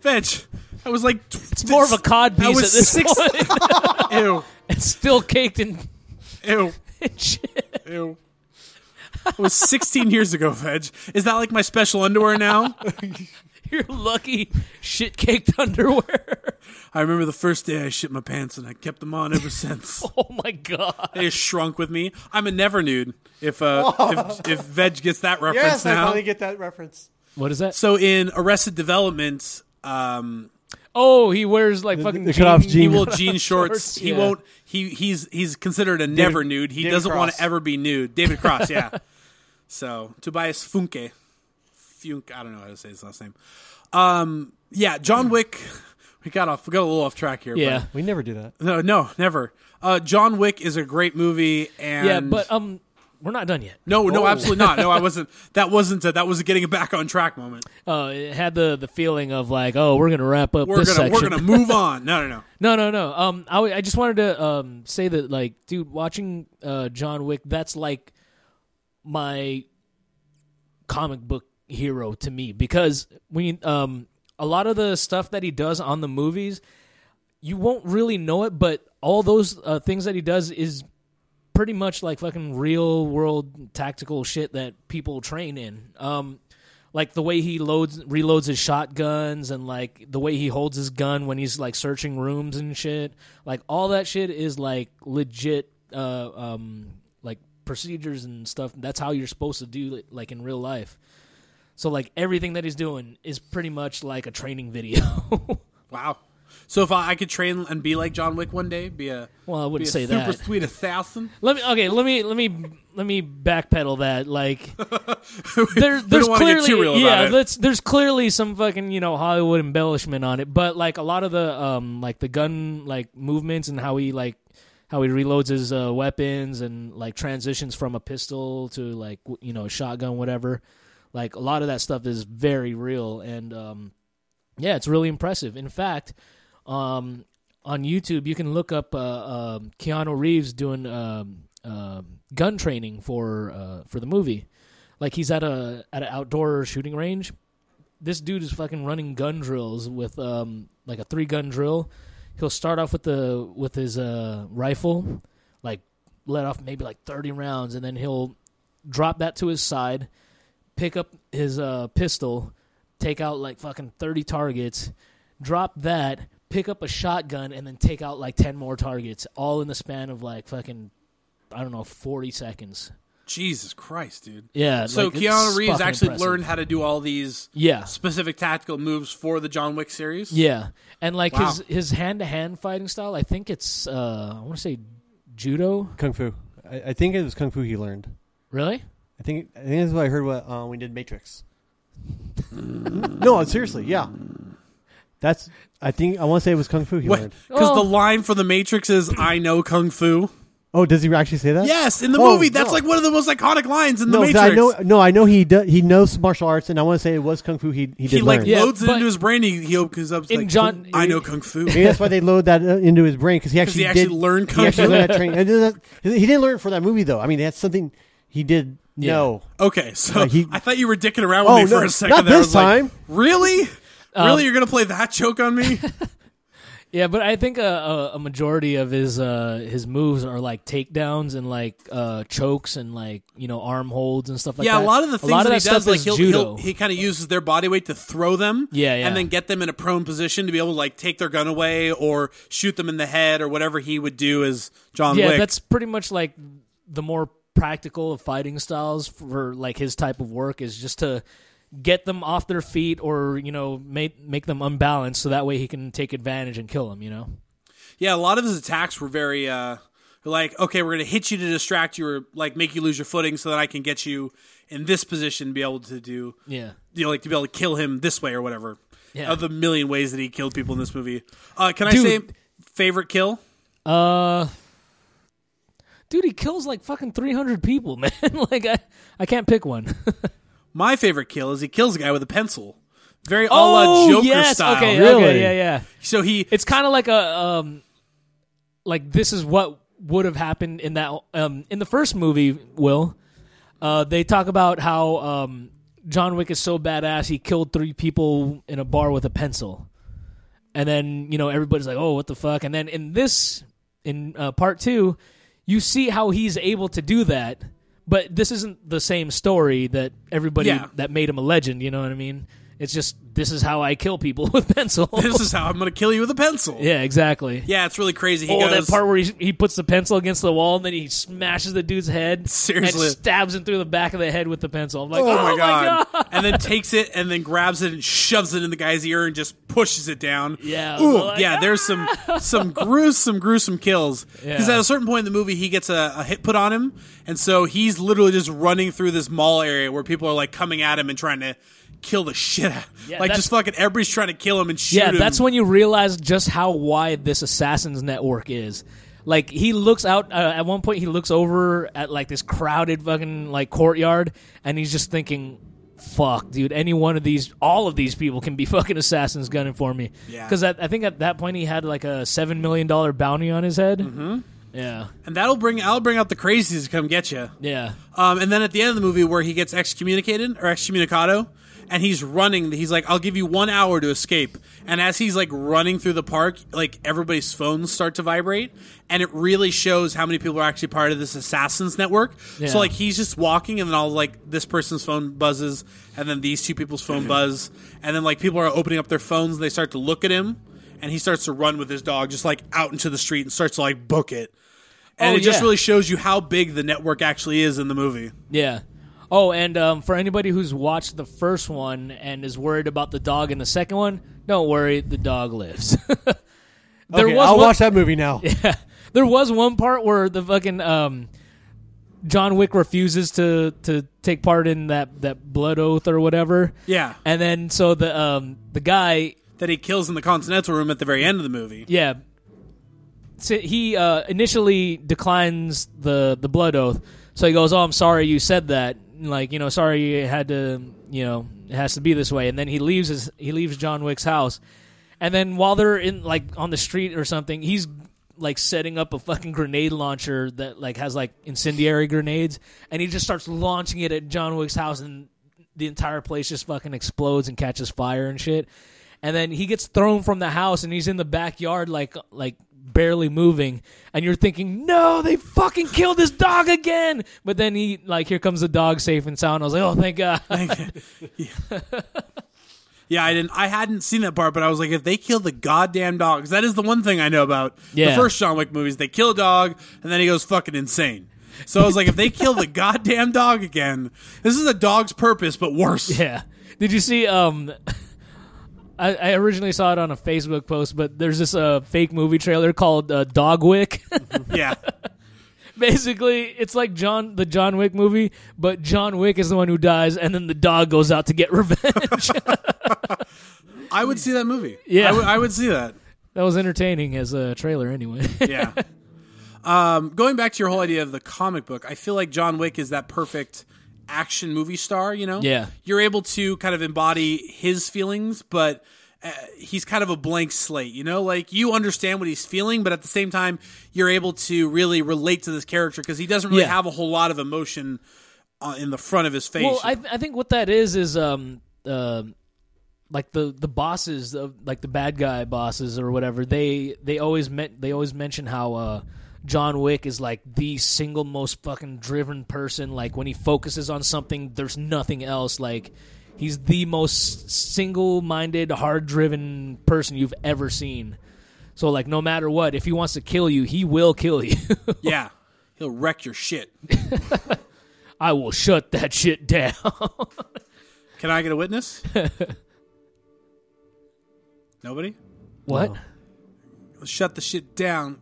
S5: Fetch. I was like, it's
S1: More of a cod piece
S5: I was
S1: at this
S5: six.
S1: point.
S5: <laughs> Ew.
S1: it's still caked in, <laughs>
S5: Ew.
S1: in shit.
S5: Ew. It was 16 years ago, Veg. Is that like my special underwear now?
S1: Your lucky shit caked underwear. <laughs>
S5: I remember the first day I shit my pants and I kept them on ever since.
S1: Oh my god.
S5: They shrunk with me. I'm a never nude. If uh, if, if Veg gets that reference now.
S4: get that reference.
S1: What is that?
S5: so in Arrested Development, um,
S1: Oh, he wears like fucking
S4: the cutoff
S1: jean-
S5: he
S1: <laughs>
S4: jean. <laughs>
S5: will jean shorts.
S1: shorts,
S5: He
S1: yeah.
S5: won't. He he's he's considered a never nude. He
S4: David
S5: doesn't want to
S4: Cross.
S5: ever be nude. David
S1: <laughs>
S5: Cross, yeah. So Tobias Funke, Funk. I don't know how to say his last name. Um, yeah, John Wick. We got off. We got a little off track here.
S1: Yeah.
S4: We never do that.
S5: But no, no, never. Uh, John Wick is a great movie, and
S1: Yeah, but Oh. um we're not done yet.
S5: no, no, absolutely not.
S1: <laughs>
S5: No, I wasn't. That wasn't. A, that was a getting it back on track moment.
S1: Uh, it had the the feeling of like, oh, we're gonna wrap up
S5: We're
S1: this
S5: gonna
S1: section.
S5: we're gonna move on. No, no, no.
S1: No, no, no. Um, I, w- I just wanted to um say that like, dude, watching uh John Wick, that's like my comic book hero to me because when you, um a lot of the stuff that he does on the movies, you won't really know it, but all those uh, things that he does is pretty much like fucking real world tactical shit that people train in. Um, like the way he loads reloads his shotguns and like the way he holds his gun when he's like searching rooms and shit. Like all that shit is like legit uh um like procedures and stuff. That's how you're supposed to do it like in real life. So like everything that he's doing is pretty much like a training <laughs> video.
S5: Wow. So if I, I could train and be like John Wick one day, be a
S1: well, I
S5: be a
S1: wouldn't say
S5: super
S1: that.
S5: sweet assassin.
S1: Let me okay. Let me let me let me backpedal that. Like <laughs> <laughs> there,
S5: <laughs> We
S1: there's
S5: don't wanna get
S1: clearly
S5: too real
S1: yeah.
S5: about it.
S1: That's there's clearly some fucking you know Hollywood embellishment on it. But like a lot of the um like the gun like movements and how he like how he reloads his uh, weapons and like transitions from a pistol to like w- you know a shotgun whatever. Like a lot of that stuff is very real and um yeah, it's really impressive. In fact, um, on YouTube, you can look up uh, um Keanu Reeves doing um, um gun training for uh, for the movie. Like he's at a at an outdoor shooting range. This dude is fucking running gun drills with um, like a three gun drill. He'll start off with the with his uh, rifle, like let off maybe like thirty rounds, and then he'll drop that to his side, pick up his uh, pistol, take out like fucking 30 targets, drop that, pick up a shotgun, and then take out like 10 more targets, all in the span of like fucking, I don't know, 40 seconds.
S5: Jesus Christ, dude.
S1: Yeah.
S5: So
S1: like, it's
S5: Keanu Reeves
S1: fucking
S5: actually
S1: impressive.
S5: learned how to do all these
S1: Yeah.
S5: specific tactical moves for the John Wick series.
S1: Yeah. And like
S5: Wow.
S1: his his hand to hand fighting style, I think it's, uh, I want to say judo.
S4: Kung Fu. I, I think it was Kung Fu he learned.
S1: Really?
S4: I think I think that's what I heard what uh, we did Matrix. no, seriously, yeah. That's I think I want to say it was Kung Fu he
S5: Because
S4: learned.
S1: Oh.
S5: the line for the Matrix is "I know kung fu."
S4: Oh, does he actually say that?
S5: Yes, in the
S4: Oh,
S5: movie, that's
S4: no.
S5: like one of the most iconic lines in
S4: No,
S5: the
S4: 'cause
S5: Matrix.
S4: I know. No, I know he do, he knows martial arts, and I want to say it was kung fu. He he did
S5: he like
S4: learn.
S1: Yeah,
S5: loads it
S1: but-
S5: into his brain. He, he opens up
S1: In
S5: like,
S1: John-
S5: "I know
S1: <laughs>
S5: kung fu."
S4: Maybe that's why they load that uh, into his brain
S5: <laughs>
S4: because he actually
S5: he actually
S4: did
S5: learned kung
S4: he actually
S5: fu.
S4: learned
S5: <laughs>
S4: that training. And then that- he didn't learn it for that movie though. I mean, that's something he did know.
S5: Okay, so
S4: Like, he-
S5: I thought you were dicking around with
S4: Oh,
S5: me for
S4: no,
S5: a second.
S4: not
S5: there. I
S4: this
S5: was like,
S4: time.
S5: really?
S1: Uh,
S5: really, you're gonna play that joke
S1: <laughs>
S5: on me?
S1: Yeah, but I think a, a, a majority of his uh, his moves are like takedowns and like uh, chokes and like you know arm holds and stuff like
S5: yeah,
S1: that.
S5: a lot of the things
S1: lot
S5: that,
S1: of
S5: he
S1: stuff
S5: does, like
S1: is
S5: he'll,
S1: judo.
S5: he'll he kind of uses their body weight to throw them,
S1: Yeah, yeah.
S5: and then get them in a prone position to be able to like take their gun away or shoot them in the head or whatever he would do as John
S1: yeah,
S5: Wick.
S1: that's pretty much like the more practical of fighting styles for like his type of work is just to get them off their feet or you know make make them unbalanced so that way he can take advantage and kill them. You know.
S5: yeah, a lot of his attacks were very uh, like okay, we're gonna hit you to distract you or like make you lose your footing so that I can get you in this position, to be able to do
S1: Yeah.
S5: you know, like to be able to kill him this way or whatever.
S1: Yeah.
S5: Of the million ways that he killed people in this movie, uh, can I
S1: Dude.
S5: say favorite kill?
S1: Uh, dude, he kills like fucking three hundred people, <laughs> man. like I, I can't pick one.
S5: My favorite kill is he kills a guy with a pencil, very a la Joker
S1: Oh, yes,
S5: style.
S1: Okay, okay,
S4: Really?
S1: yeah, yeah.
S5: So he <laughs>
S1: It's kind of like a um, like this is what would have happened in that um in the first movie. Will, uh, they talk about how um John Wick is so badass he killed three people in a bar with a pencil, and then you know everybody's like, oh, what the fuck, and then in this in uh, part two, you see how he's able to do that. But this isn't the same story that everybody
S5: Yeah.
S1: that made him a legend. You know what I mean? It's just this is how I kill people <laughs> with pencil.
S5: this is how I'm going to kill you with a pencil.
S1: Yeah, exactly.
S5: Yeah, it's really crazy. He
S1: oh,
S5: goes,
S1: that part where he, he puts the pencil against the wall and then he smashes the dude's head
S5: Seriously.
S1: and stabs him through the back of the head with the pencil. I'm like,
S5: oh, my, god. and then takes it and then grabs it and shoves it in the guy's ear and just pushes it down.
S1: Yeah,
S5: Ooh,
S1: like, "Ah!"
S5: yeah. There's some some gruesome gruesome kills because
S1: Yeah.
S5: at a certain point in the movie he gets a, a hit put on him and so he's literally just running through this mall area where people are like coming at him and trying to kill the shit out.
S1: Yeah,
S5: like
S1: that's-
S5: just fucking everybody's trying to kill him and shoot
S1: Yeah,
S5: him.
S1: that's when you realize just how wide this assassins network is. Like he looks out uh, at one point, he looks over at like this crowded fucking like courtyard, and he's just thinking, "Fuck, dude! Any one of these, all of these people can be <laughs> fucking assassins gunning for me."
S5: Yeah.
S1: because I, I think at that point he had like a seven million dollar bounty on his head. Mm-hmm. Yeah,
S5: and that'll bring I'll bring out the crazies to come get you.
S1: yeah.
S5: Um, and then at the end of the movie, where he gets excommunicated or excommunicado, and he's running, he's like, "I'll give you one hour to escape." And as he's like running through the park, like everybody's phones start to vibrate, and it really shows how many people are actually part of this assassins network.
S1: Yeah.
S5: So like he's just walking, and then all like this person's phone buzzes, and then these two people's
S1: Mm-hmm.
S5: phone buzz, and then like people are opening up their phones, and they start to look at him, and he starts to run with his dog, just like out into the street, and starts to like book it. And
S1: Oh,
S5: it just
S1: yeah.
S5: really shows you how big the network actually is in the movie.
S1: Yeah. Oh, and um, for anybody who's watched the first one and is worried about the dog in the second one, don't worry, the dog lives. <laughs> there
S4: Okay,
S1: was
S4: I'll
S1: one,
S4: watch that
S5: <laughs>
S4: movie now.
S1: there was one part where the fucking um, John Wick refuses to to take part in that that blood oath or whatever.
S5: Yeah.
S1: And then so the um the guy
S5: That he kills in the Continental Room at the very end of the movie.
S1: yeah so he uh, initially declines the the blood oath so he goes oh i'm sorry you said that like you know sorry you had to you know it has to be this way and then he leaves his he leaves john wick's house and then while they're in like on the street or something he's like setting up a fucking grenade launcher that like has like incendiary grenades and he just starts launching it at john wick's house and the entire place just fucking explodes and catches fire and shit. And then he gets thrown from the house and he's in the backyard like like barely moving and you're thinking, "No, they fucking killed this dog again." But then he like here comes the dog safe and sound. I was like, "Oh, thank God."
S5: Yeah, I didn't. I hadn't seen that part, but I was like, if they kill the goddamn dogs, that is the one thing I know about
S1: Yeah.
S5: the first John Wick movies. They kill a dog, and then he goes fucking insane. So I was like, if they
S1: <laughs>
S5: kill the goddamn dog again, this is a dog's purpose, but worse.
S1: <laughs> Yeah. Did you see? Um, I, I originally saw it on a Facebook post, but there's this uh, fake movie trailer called uh, Dog Wick. <laughs>
S5: Yeah.
S1: Basically, it's like John the John Wick movie, but John Wick is the one who dies, and then the dog goes out to get <laughs> revenge.
S5: I would see that movie.
S1: Yeah.
S5: I would- I would see that.
S1: That was entertaining as a trailer, <laughs> anyway.
S5: yeah. Um, going back to your whole idea of the comic book, I feel like John Wick is that perfect action movie star. You know,
S1: Yeah.
S5: you're able to kind of embody his feelings, but uh, he's kind of a blank slate. You know, like you understand what he's feeling, but at the same time, you're able to really relate to this character because he doesn't really
S1: Yeah.
S5: have a whole lot of emotion uh, in the front of his face.
S1: well, I, I think what that is is um uh, like the the bosses of like the bad guy bosses or whatever they they always meant they always mention how uh John Wick is like the single most fucking driven person. Like when he focuses on something, there's nothing else. Like he's the most single minded, hard driven person you've ever seen. So like no matter what, if he wants to kill you, he will kill you. <laughs>
S5: yeah, he'll wreck your shit.
S1: I will shut that shit down. <laughs>
S5: Can I get a witness? Nobody.
S1: What?
S5: shut the shit down.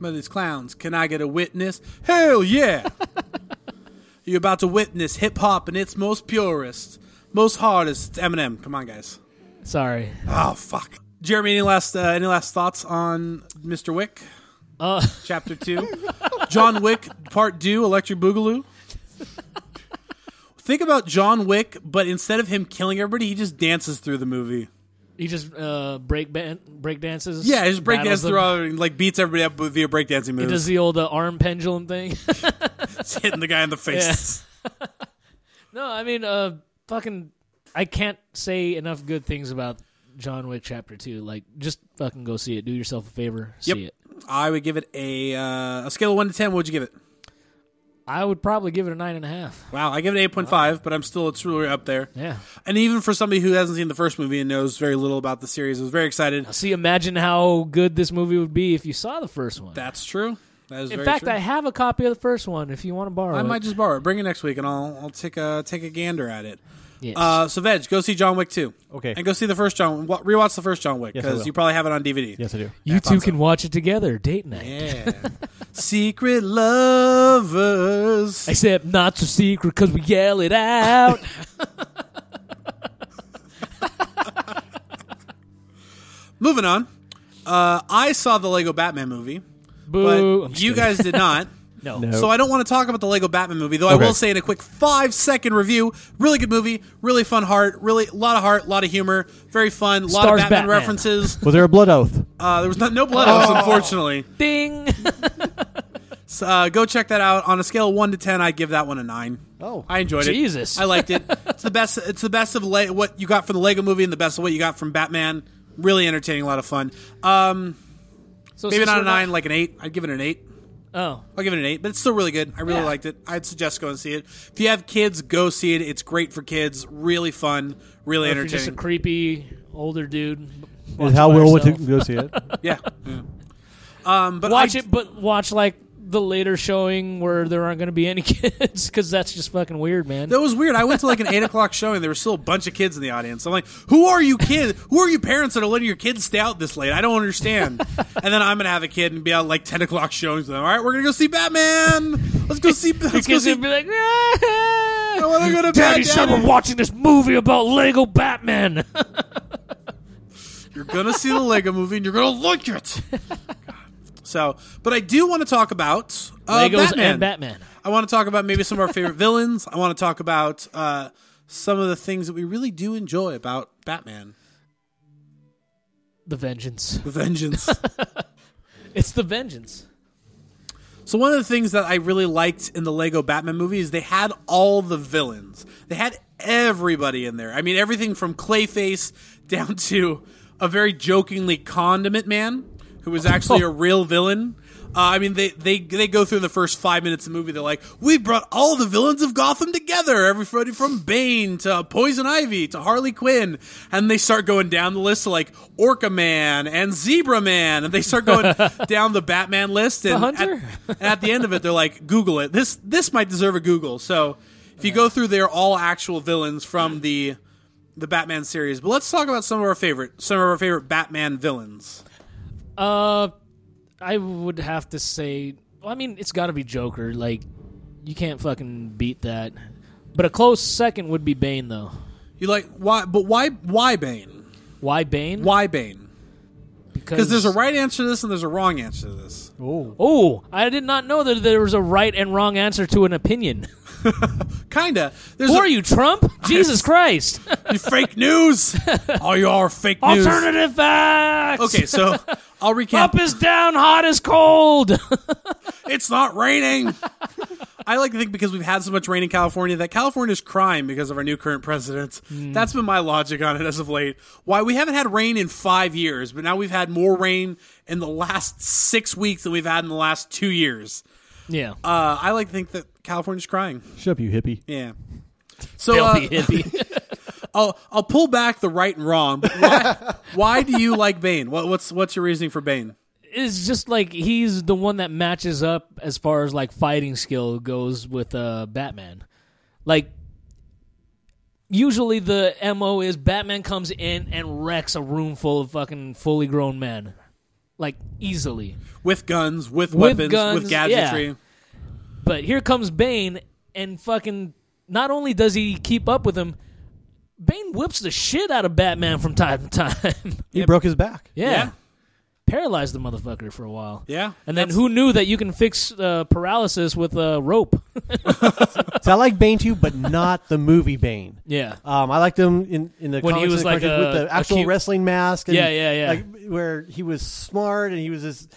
S5: By these clowns, can I get a witness? Hell yeah! You're about to witness hip hop and its most purest, most hardest. It's Eminem. Come on, guys.
S1: Sorry.
S5: Oh fuck. Jeremy, any last uh, any last thoughts on Mr. Wick?
S1: <laughs>
S5: Chapter Two, John Wick Part Two, Electric Boogaloo. Think about John Wick, but instead of him killing everybody, he just dances through the movie.
S1: He just uh, break ban- break dances.
S5: Yeah, he just breakdances
S1: battles them.
S5: through, all- and, like beats everybody up via breakdancing
S1: He
S5: moves,
S1: does the old uh, arm pendulum thing. <laughs>
S5: It's <laughs> hitting the guy in the face.
S1: no, I mean, uh, fucking, I can't say enough good things about John Wick Chapter Two. Like, just fucking go see it. Do yourself a favor. See it.
S5: I would give it a uh, a scale of one to ten. What would you give it?
S1: I would probably give it a nine and a half.
S5: Wow, I give it eight point five, but I'm still it's really up there.
S1: Yeah.
S5: And even for somebody who hasn't seen the first movie and knows very little about the series, I was very excited.
S1: See, imagine how good this movie would be if you saw the first one.
S5: That's true. That is
S1: In
S5: very
S1: fact,
S5: true.
S1: I have a copy of the first one. If you want to borrow,
S5: I
S1: it.
S5: might just borrow it. Bring it next week, and I'll I'll take a take a gander at it.
S1: Yes.
S5: Uh, so Veg, go see John Wick two.
S4: Okay.
S5: and go see the first John. wa- Rewatch the first John Wick
S4: Yes, I
S5: because
S4: will.
S5: you probably have it on DVD.
S4: Yes, I do.
S1: you two can watch it together, date night.
S5: Yeah. <laughs> Secret lovers.
S1: Except not so secret because we yell it out.
S5: Moving on. Uh, I saw the Lego Batman movie, <laughs> but
S1: Boo! I'm just
S5: you
S1: kidding.
S5: guys
S1: <laughs>
S5: did not.
S1: no.
S4: No.
S5: So I don't want to talk about the Lego Batman movie, though I
S4: Okay.
S5: will say in a quick five second review, really good movie, really fun heart, really a lot of heart, a lot of humor, very fun, a lot
S1: Stars
S5: of Batman,
S1: Batman.
S5: references.
S4: Was there a blood oath?
S5: Uh, there was not, no blood
S1: Oh.
S5: oaths, unfortunately. <laughs>
S1: Ding.
S5: So, uh, go check that out. On a scale of one to ten, I give that one a nine.
S4: Oh.
S5: I enjoyed it.
S1: Jesus.
S5: I liked
S1: <laughs>
S5: it. It's the best. It's the best of Le- what you got from the Lego movie and the best of what you got from Batman. Really entertaining, a lot of fun. Um,
S1: So
S5: maybe
S1: since
S5: not
S1: we're
S5: a nine, like an eight. I'd give it an eight.
S1: Oh,
S5: I'll give it an eight, but it's still really good. I really
S1: Yeah.
S5: liked it. I'd suggest go and see it. If you have kids, go see it. It's great for kids. Really fun. Really
S1: if you're just a
S5: entertaining.
S1: creepy older dude. watch
S4: Is how
S1: it by
S4: Will went to
S1: yourself.
S4: go see it?
S5: <laughs> yeah. yeah. Um, but
S1: watch
S5: I-
S1: it, but watch like the later showing where there aren't going to be any <laughs> kids because that's just fucking weird, man.
S5: That was weird. I went to like an eight o'clock show and there were still a bunch of kids in the audience. I'm like, who are you kids? Who are you parents that are letting your kids stay out this late? I don't
S1: <laughs>
S5: understand. and then I'm gonna have a kid and be out like ten o'clock showings. And I'm, All right, we're gonna go see Batman. Let's go
S1: <laughs>
S5: see. Let's go
S1: Kids
S5: see.
S1: would be like, I
S5: I wanna go to
S1: Daddy,
S5: bed,
S1: son,
S5: Daddy."
S1: we're watching this movie about Lego Batman.
S5: Uh, You're gonna see the Lego movie and you're gonna like
S1: <laughs>
S5: it. So, but I do want to talk about uh,
S1: Legos
S5: Batman.
S1: and Batman.
S5: I want to talk about maybe some of our favorite villains. I want to talk about uh, some of the things that we really do enjoy about Batman.
S1: The Vengeance.
S5: The vengeance.
S1: It's the Vengeance.
S5: So one of the things that I really liked in the Lego Batman movie is they had all the villains. They had everybody in there. I mean, everything from Clayface down <laughs> to a very jokingly condiment man who was actually a real villain. Uh, I mean, they, they they go through the first five minutes of the movie. They're like, "We brought all the villains of Gotham together. Everybody from Bane to Poison Ivy to Harley Quinn," and they start going down the list to like Orca Man and Zebra Man, and they start going down the Batman list. And at-
S1: Hunter?
S5: <laughs> and at the end of it, they're like, "Google it. This this might deserve a Google." So if you go through, they're all actual villains from the the Batman series. But let's talk about some of our favorite some of our favorite Batman villains.
S1: Uh, I would have to say. Well, I mean, it's got to be Joker. Like, you can't fucking beat that. But a close second would be Bane, though.
S5: You like why? But why why Bane?
S1: Why Bane?
S5: Why Bane? Because there's a right answer to this and there's a wrong answer to this.
S4: Oh,
S1: Oh, I did not know that there was a right and wrong answer to an opinion.
S5: <laughs> Kinda. There's
S1: Who
S5: a-
S1: are you, Trump? Jesus Christ!
S5: you <laughs>
S1: <laughs>
S5: fake news. Oh, you are fake <laughs> news.
S1: Alternative facts.
S5: Okay, so I'll recap.
S1: Up is down, hot is cold. <laughs>
S5: it's not raining. I like to think because we've had so much rain in California that California's crying because of our new current president. That's been my logic on it as of late. Why we haven't had rain in five years, but now we've had more rain in the last six weeks than we've had in the last two years.
S1: yeah,
S5: Uh, I like to think that California's crying.
S4: shut up, you hippie.
S5: Yeah. So uh,
S1: filthy
S5: <laughs>
S1: hippie.
S5: I'll I'll pull back the right and wrong. But
S1: <laughs>
S5: why, why do you like Bane? What, what's what's your reasoning for Bane?
S1: It's just like he's the one that matches up as far as like fighting skill goes with uh, Batman. Like usually the mo is Batman comes in and wrecks a room full of fucking fully grown men, like easily.
S5: With guns, with,
S1: With
S5: weapons,
S1: guns,
S5: with
S1: yeah.
S5: gadgetry.
S1: But here comes Bane, and fucking not only does he keep up with him, Bane whips the shit out of Batman from time <laughs> to time.
S4: <laughs> He broke his back.
S1: yeah. paralyzed the motherfucker for a while.
S5: Yeah.
S1: And then who knew that you can fix uh, paralysis with a rope?
S4: So I like Bane too, but not the movie Bane.
S1: yeah.
S4: Um, I liked him in in the
S1: When he
S4: comics
S1: was
S4: and
S1: like a-
S4: cartoons with the
S1: a
S4: actual
S1: cute-
S4: wrestling mask. And
S1: Yeah, yeah, yeah.
S4: Like where he was smart and he was this.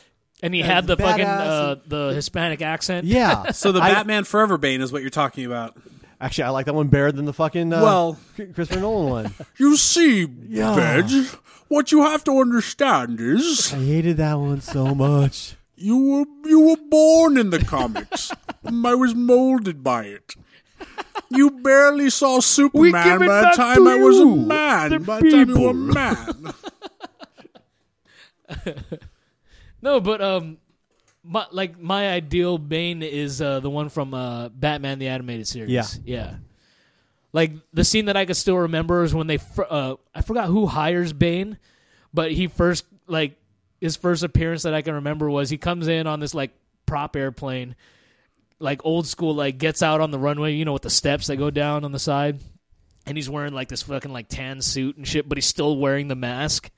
S1: And he
S4: Uh,
S1: had the fucking
S4: badass.
S1: uh, the Hispanic accent. <laughs>
S4: Yeah.
S5: So the
S4: I-
S5: Batman Forever Bane is what you're talking about.
S4: Actually, I like that one better than the fucking uh,
S5: Well-
S4: C- Christopher Nolan one.
S5: You see,
S4: Yeah.
S5: Veg, what you have to understand is
S4: <laughs> I hated that one so much.
S5: you were you were born in the comics. <laughs> I was molded by it. You barely saw Superman
S1: give it
S5: by the
S1: back
S5: time
S1: to
S5: I was a
S1: you, the
S5: man. By the time you were
S1: people. <laughs>
S5: a man.
S1: No, but um, my, like my ideal Bane is uh, the one from uh, Batman the Animated Series.
S4: Yeah.
S1: yeah. Like the scene that I could still remember is when they fir- uh, I forgot who hires Bane, but he first like his first appearance that I can remember was he comes in on this like prop airplane, like old school, like gets out on the runway, you know, with the steps that go down on the side, and he's wearing like this fucking like tan suit and shit, but he's still wearing the mask.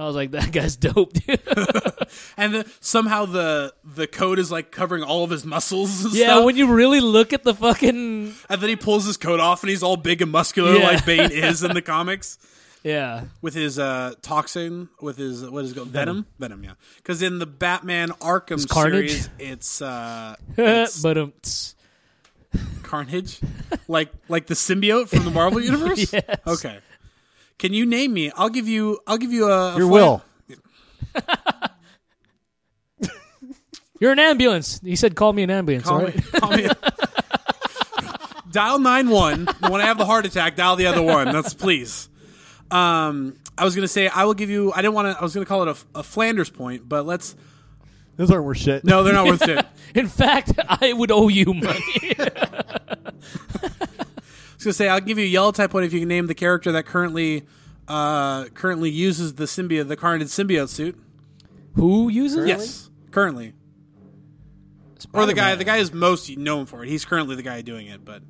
S1: I was like, that guy's dope, dude. <laughs>
S5: And the, somehow the the coat is like covering all of his muscles. And
S1: Yeah,
S5: stuff.
S1: when you really look at the fucking
S5: and then he pulls his coat off and he's all big and muscular
S1: Yeah.
S5: like
S1: <laughs>
S5: Bane is in the comics.
S1: yeah,
S5: with his uh, toxin, with his what is it called venom, venom, yeah. Because in the Batman Arkham
S1: Carnage.
S5: series, it's uh, it's
S1: but um, tss.
S5: Carnage, like like the symbiote from the
S1: <laughs>
S5: Marvel universe. Okay, can you name me? I'll give you. I'll give you a, a
S4: Your
S5: fly-
S4: will.
S1: you're an ambulance. He said, "Call me an ambulance."
S5: Call
S1: all
S5: me.
S1: right?
S5: Call me. dial nine one. When I have the heart attack, dial the other one. That's please. Um, I was gonna say I will give you. I didn't want to. I was gonna call it a, a Flanders point, but let's.
S4: Those aren't worth shit.
S5: No, they're not worth it.
S1: <laughs> In fact, <laughs> I would owe you money.
S5: was gonna say I'll give you a yellow type one if you can name the character that currently uh, currently uses the symbiote, the Carnage symbiote suit.
S1: <laughs> Who uses? it?
S5: Yes, currently, or the guy. The guy is most known for it. He's currently the guy doing it. But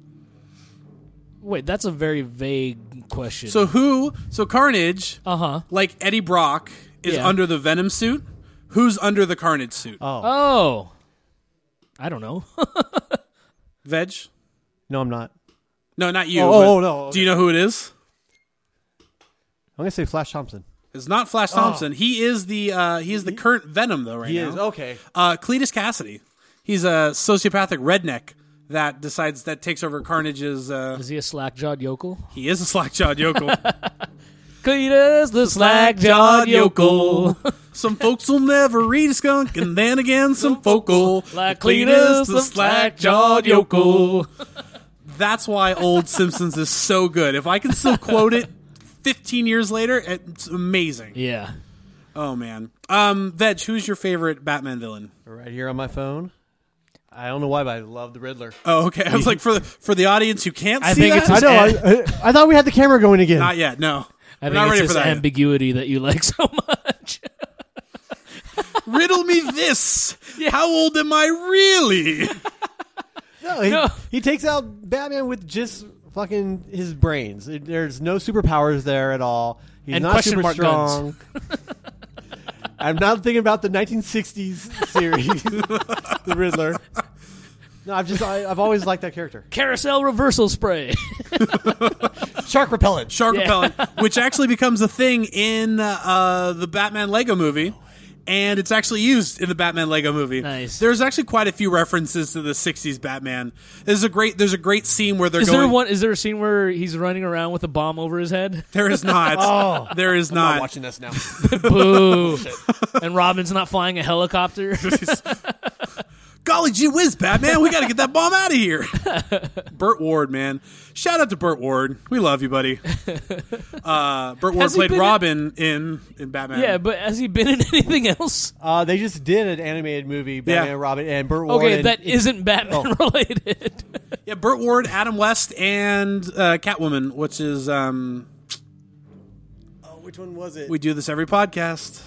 S1: Wait, that's a very vague question.
S5: so who? So Carnage,
S1: uh huh.
S5: like Eddie Brock, is
S1: Yeah.
S5: under the Venom suit. Who's under the Carnage suit?
S4: Oh
S1: Oh, I don't know. <laughs>
S5: Veg?
S4: no, I'm not.
S5: No, not you.
S4: Oh,
S5: but
S4: oh, no,
S5: Do you know who it is?
S4: I'm gonna say Flash Thompson.
S5: It's not Flash Thompson. He is the uh, he is the current Venom though right now.
S4: okay.
S5: Uh, Cletus Cassidy. He's a sociopathic redneck that decides that takes over Carnage's. Uh,
S1: Is he a slack-jawed yokel?
S5: he is a
S1: <laughs>
S5: slackjawed yokel.
S1: Cletus the slack-jawed yokel,
S5: <laughs> Some folks will never read a skunk, and then again, some folk will.
S1: like Cletus the slack-jawed yokel.
S5: That's why old Simpsons is so good. If I can still quote it 15 years later, it's amazing.
S1: Yeah.
S5: Oh man. Um, Veg, who's your favorite Batman villain?
S4: Right here on my phone. I don't know why, but I love the Riddler.
S5: Oh, okay. I was like for the for the audience who can't
S1: I
S5: see
S1: think
S5: that.
S1: it's-
S4: I know. I, I, I thought we had the camera going again.
S5: Not yet. No,
S1: I
S5: We're
S1: think
S5: not
S1: it's
S5: ready
S1: this
S5: for that. yet.
S1: ambiguity that you like <laughs> so much.
S5: Riddle me
S1: <laughs>
S5: this. How old am I really?
S4: No, he,
S1: No.
S4: he takes out Batman with just fucking his brains. It- There's no superpowers there at all. He's
S1: And
S4: not
S1: question
S4: super
S1: mark guns. <laughs>
S4: strong. I'm not thinking about the 1960s series, <laughs> The Riddler. No, I've just I, I've always liked that character.
S1: Carousel reversal spray. <laughs>
S4: Shark repellent.
S5: Shark repellent, which actually becomes a thing in uh, the Batman Lego movie. And it's actually used in the Batman Lego movie.
S1: Nice.
S5: There's actually quite a few references to the '60s Batman. There's a great, there's a great scene where they're
S1: Is
S5: going.
S1: there one? Is there a scene where he's running around with a bomb over his head?
S5: There is not.
S4: Oh.
S5: there is
S4: I'm
S5: not.
S4: watching this now.
S1: <laughs> Boo! and Robin's not flying a helicopter.
S5: Golly gee whiz, Batman! We got to get that bomb out of here. Burt Ward, man, shout out to Burt Ward. We love you, buddy. Uh, Burt Ward
S1: Has he
S5: played
S1: been in-
S5: Robin in in Batman.
S1: yeah, but has he been in anything else?
S4: Uh, they just did an animated movie, Batman
S5: Yeah.
S4: and Robin, and Burt Ward.
S1: Okay,
S4: and-
S1: that isn't Batman <laughs> related.
S5: Yeah, Burt Ward, Adam West, and uh, Catwoman, which is um,
S4: Oh, which one was it?
S5: we do this every podcast.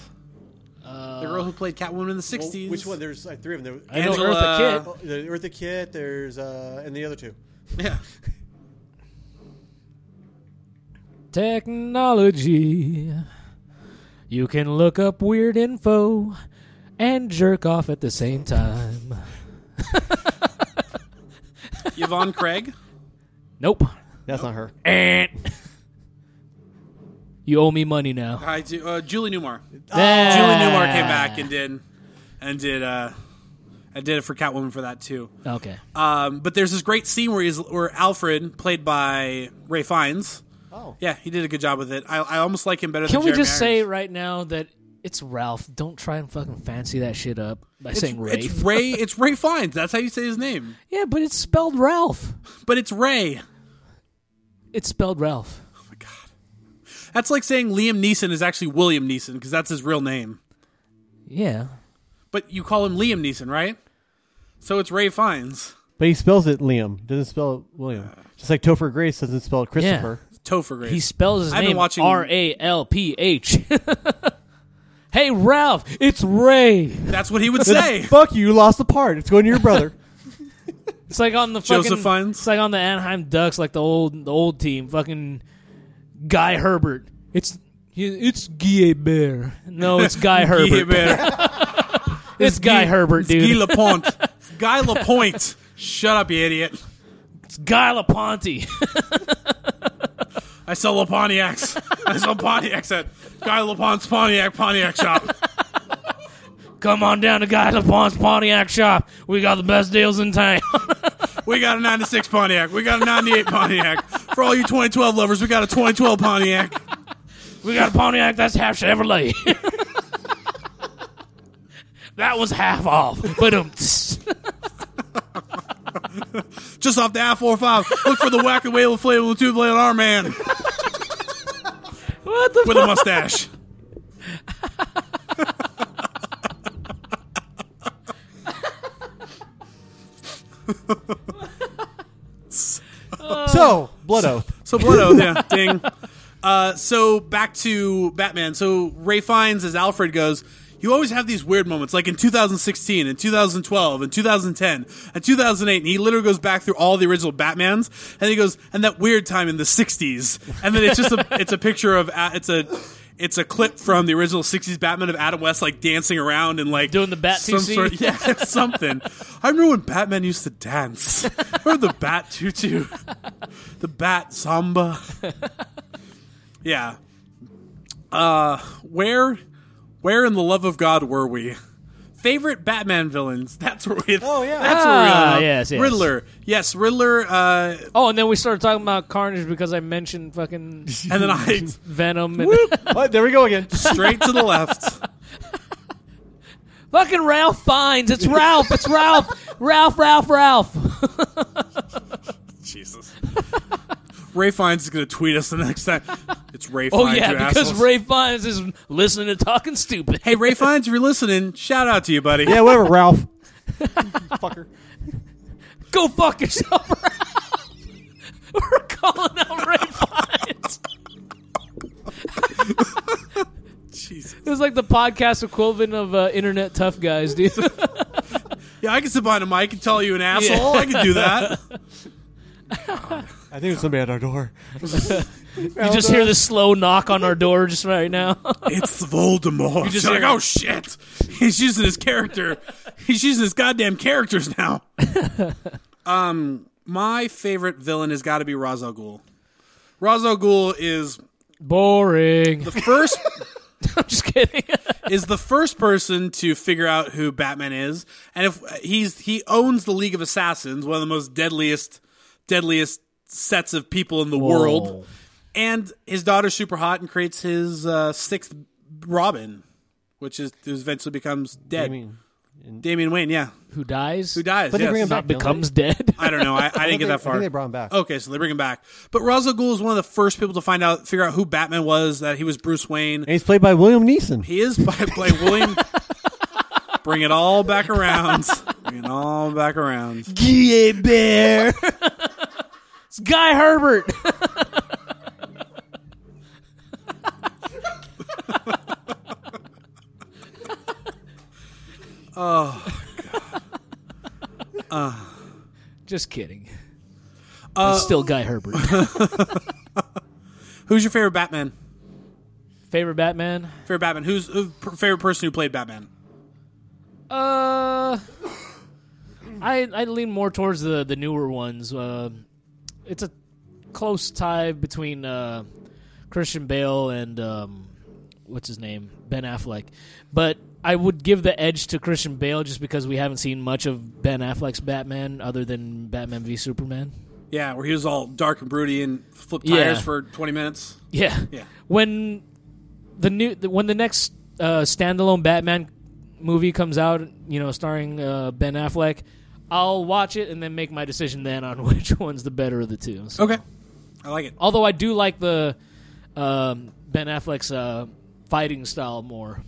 S5: the girl who played Catwoman in the
S4: Well,
S5: '60s.
S4: Oh, which one? There's like three of them.
S1: I know
S5: Angela-
S1: Eartha Kitt.
S4: Oh, the Eartha Kitt. There's uh, and the other two.
S5: <laughs> Yeah,
S1: Technology. You can look up weird info and jerk off at the same time.
S5: Yvonne Craig.
S1: Nope.
S4: That's not her.
S1: And <laughs> you owe me money now. Ah.
S5: Hi, Ju- uh, Julie Newmar.
S1: Yeah.
S5: Julie Newmar came back and did and did uh, and did it for Catwoman for that too.
S1: Okay.
S5: Um, but there's this great scene where he's where Alfred, played by Ray Fiennes.
S4: Oh.
S5: Yeah, he did a good job with it. I, I almost like him better.
S1: Can
S5: than
S1: we
S5: Jeremy
S1: just say
S5: Irons.
S1: right now that it's Ralph? Don't try and fucking fancy that shit up by saying Rafe.
S5: It's Ray. It's Ray Fiennes. That's how you say his name.
S1: yeah, but it's spelled Ralph.
S5: But it's Ray.
S1: It's spelled Ralph.
S5: Oh my god. That's like saying Liam Neeson is actually William Neeson because that's his real name.
S1: Yeah.
S5: But you call him Liam Neeson, right? So it's Ray Fiennes.
S4: But he spells it Liam. Doesn't spell it William. Just like Topher Grace doesn't spell it Christopher.
S5: Topher Grace.
S1: He spells his
S5: I've been
S1: name
S5: watching-
S1: R A L P H. <laughs> Hey Ralph, it's Ray.
S5: That's what he would say.
S4: Fuck you, you lost the part. It's going to your
S5: <laughs>
S4: brother.
S1: It's like on the
S5: Joseph
S1: fucking,
S5: Fiennes?
S1: It's like on the Anaheim Ducks, like the old the old team. Fucking Guy Herbert. It's he- it's Guy Bear. No, it's
S5: <laughs>
S1: Guy <laughs>
S5: Yeah,
S1: Herbert.
S5: man.
S1: It's Guy Herbert,
S5: It's Guy
S1: dude.
S5: Lapointe. It's Guy Lapointe. Shut up, you idiot.
S1: It's Guy Laponte.
S5: I sell Pontiacs. I sell Pontiacs at Guy Laponte's Pontiac Pontiac shop.
S1: Come on down to Guy Laponte's Pontiac shop. We got the best deals in town. <laughs>
S5: We got a 96 Pontiac. We got a 98 Pontiac. For all you 2012 lovers, we got a 2012 Pontiac.
S1: we got a Pontiac that's half Chevrolet. <laughs> that was half off. <laughs> But um.
S5: Just off the I-45. Look for the whack and whale flavor with two blade arm man
S1: What the
S5: with a mustache. Uh,
S4: so, Blood
S5: <laughs>
S4: Oath.
S5: So blood oath, yeah, ding. Uh, so back to Batman. So Ray Fiennes as Alfred goes. You always have these weird moments, like in 2016, and 2012, and 2010, and 2008. And he literally goes back through all the original Batmans, and he goes, and that weird time in the 60s, and then it's just a, <laughs> it's a picture of uh, it's a. It's a clip from the original '60s Batman of Adam West, like dancing around and like
S1: Doing the bat
S5: some
S1: TC?
S5: sort- <laughs> yeah, something. I remember when Batman used
S1: <laughs>
S5: to dance. Remember the bat tutu? the bat
S4: <laughs>
S5: samba. yeah. Uh, where, where in the love of God were we? Favorite Batman villains. That's where we.
S4: Oh, yeah.
S5: That's where we.
S1: Ah,
S5: are.
S1: yes, yes.
S5: Riddler. Yes, Riddler. Uh,
S1: Oh, and then we started talking about Carnage because I mentioned fucking
S5: and then
S1: <laughs>
S5: I
S1: Venom and
S4: Oh, there we go again.
S5: straight to the left.
S1: fucking Ralph Fiennes. It's Ralph. It's Ralph. Ralph. Ralph. Ralph.
S5: Jesus. <laughs> Ray Fiennes is gonna tweet us the next time. It's Ray.
S1: Oh
S5: Fiennes, you
S1: yeah, because
S5: assholes.
S1: Ray Fiennes is listening to talking stupid.
S5: Hey, Ray Fiennes, if you're listening, shout out to you, buddy.
S4: Yeah, whatever, Ralph. Fucker.
S1: go fuck yourself, <laughs> Ralph. We're calling out Ray Fiennes.
S5: Jesus.
S1: It was like the podcast equivalent of uh, internet tough guys,
S4: <laughs>
S1: dude.
S5: Yeah, I can sit behind a mic and tell you an asshole. I can
S1: <laughs>
S5: do that.
S4: I think there's somebody at our door.
S5: <laughs>
S1: you just hear the slow knock on our door just right
S4: <laughs>
S1: now.
S5: it's Voldemort.
S1: just
S5: You're
S1: hear-
S5: like, oh shit. <laughs> He's using his character. He's using his goddamn characters now. um, my favorite villain has got to be Ra's al Ghul. Ra's al Ghul is
S1: Boring.
S5: the first
S1: <laughs> I'm just kidding.
S5: is the first person to figure out who Batman is, and if he's he owns the League of Assassins, one of the most deadliest deadliest sets of people in the world, and his daughter's super hot and creates his uh, sixth Robin, which is who eventually becomes dead.
S4: mean,
S5: Damian Wayne, yeah,
S1: <laughs> Who dies?
S5: who dies?
S4: But they
S5: yes.
S4: bring him back.
S1: becomes <laughs> dead.
S5: I don't know.
S4: <laughs>
S5: I, I didn't get
S4: they-
S5: that far. Oh.
S4: I think they brought him back.
S5: Okay, so they bring him back. But Ra's al Ghul is one of the first people to find out, figure out who Batman was, that he was Bruce Wayne.
S4: And he's played by William Neeson.
S5: He is <laughs> by play William. Bring it all back around. Bring it all back around.
S4: Yeah, bear.
S1: <laughs> It's Guy
S4: <laughs>
S1: Herbert.
S4: Oh,
S1: <laughs> Just kidding.
S4: Uh,
S1: it's still Guy Herbert.
S5: Who's your favorite Batman?
S1: Favorite Batman?
S5: Favorite Batman. Who's uh, p- favorite person who played Batman?
S1: Uh, I I lean more towards the the newer ones. Uh, it's a close tie between uh, Christian Bale and um, what's his name, Ben Affleck. But I would give the edge to Christian Bale just because we haven't seen much of Ben Affleck's Batman other than Batman v Superman.
S5: Yeah, where he was all dark and broody and flipped tires
S1: Yeah.
S5: for 20 minutes.
S1: Yeah.
S5: Yeah.
S1: When the new the- when the next uh, standalone Batman movie comes out, you know, starring uh, Ben Affleck, I'll watch it and then make my decision then on <laughs> which one's the better of the two. So-
S5: Okay. I like it.
S1: Although I do like the um, Ben Affleck's uh, fighting style more.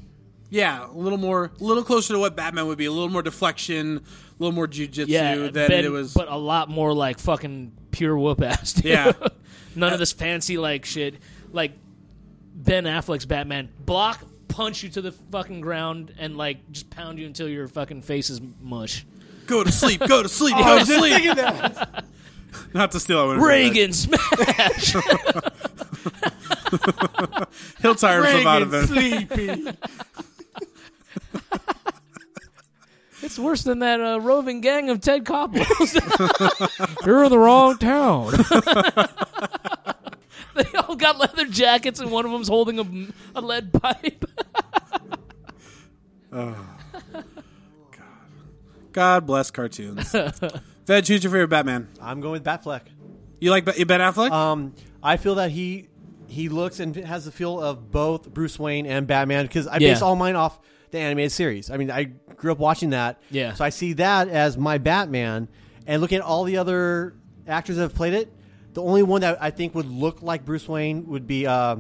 S5: Yeah, a little more, a little closer to what Batman would be. A little more deflection, a little more jujitsu
S1: Yeah,
S5: than
S1: Ben-
S5: it was.
S1: but a lot more like fucking pure whoop ass.
S5: Yeah.
S1: <laughs> None of this fancy like shit. Like Ben Affleck's Batman block, punch you to the fucking ground, and like just pound you until your fucking face is mush.
S5: go to sleep, go
S1: <laughs>
S5: to
S1: Oh,
S5: sleep, go to sleep. <laughs> Not to steal. I wouldn't have done
S1: Reagan smash. <laughs>
S5: that. He'll tire himself out of it.
S4: sleepy.
S1: it's worse than that uh, roving gang of Ted Koppels. <laughs> You're in the wrong
S3: <laughs>
S1: town. they all got leather jackets, and one of them's holding a, a lead pipe.
S5: God
S1: <laughs>
S5: bless cartoons. Veg, who's your favorite Batman?
S4: I'm going with Batfleck.
S5: You like Ba- Ben Affleck?
S4: Um, I feel that he he looks and has the feel of both Bruce Wayne and Batman because I
S1: Yeah.
S4: base all mine off the animated series. I mean, I grew up watching that,
S1: Yeah.
S4: So I see that as my Batman, and look at all the other actors that have played it. The only one that I think would look like Bruce Wayne would be uh,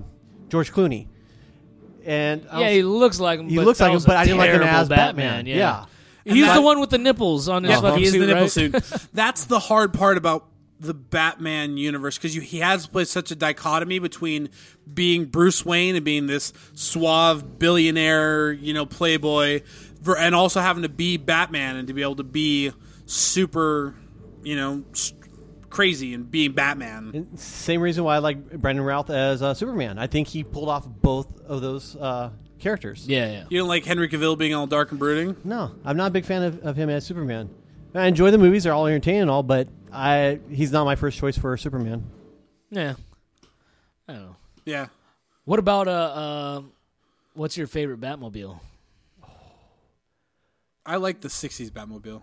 S4: George Clooney, and I
S1: Yeah,
S4: don't-
S1: he looks like him.
S4: he
S1: but
S4: looks
S1: that
S4: like him,
S1: was a
S4: but I didn't like him
S1: terrible
S4: as Batman.
S1: Yeah.
S4: yeah.
S1: He's
S5: that-
S1: the one with the nipples on his
S5: Yeah,
S1: fucking
S5: he is
S1: suit,
S5: the nipple
S1: right?
S5: suit. <laughs> That's the hard part about the Batman universe because he has played such a dichotomy between being Bruce Wayne and being this suave billionaire, you know, playboy, ver- and also having to be Batman and to be able to be super, you know, s- crazy and being Batman.
S4: Same reason why I like Brandon Routh as uh, Superman. I think he pulled off both of those uh, characters.
S1: Yeah, yeah.
S5: You don't like Henry Cavill being all dark and brooding?
S4: No, I'm not a big fan of, of him as Superman. I enjoy the movies; they're all entertaining and all, but I he's not my first choice for Superman.
S1: Yeah. I don't know.
S5: Yeah.
S1: What about uh, uh what's your favorite Batmobile?
S5: I like the 60s Batmobile.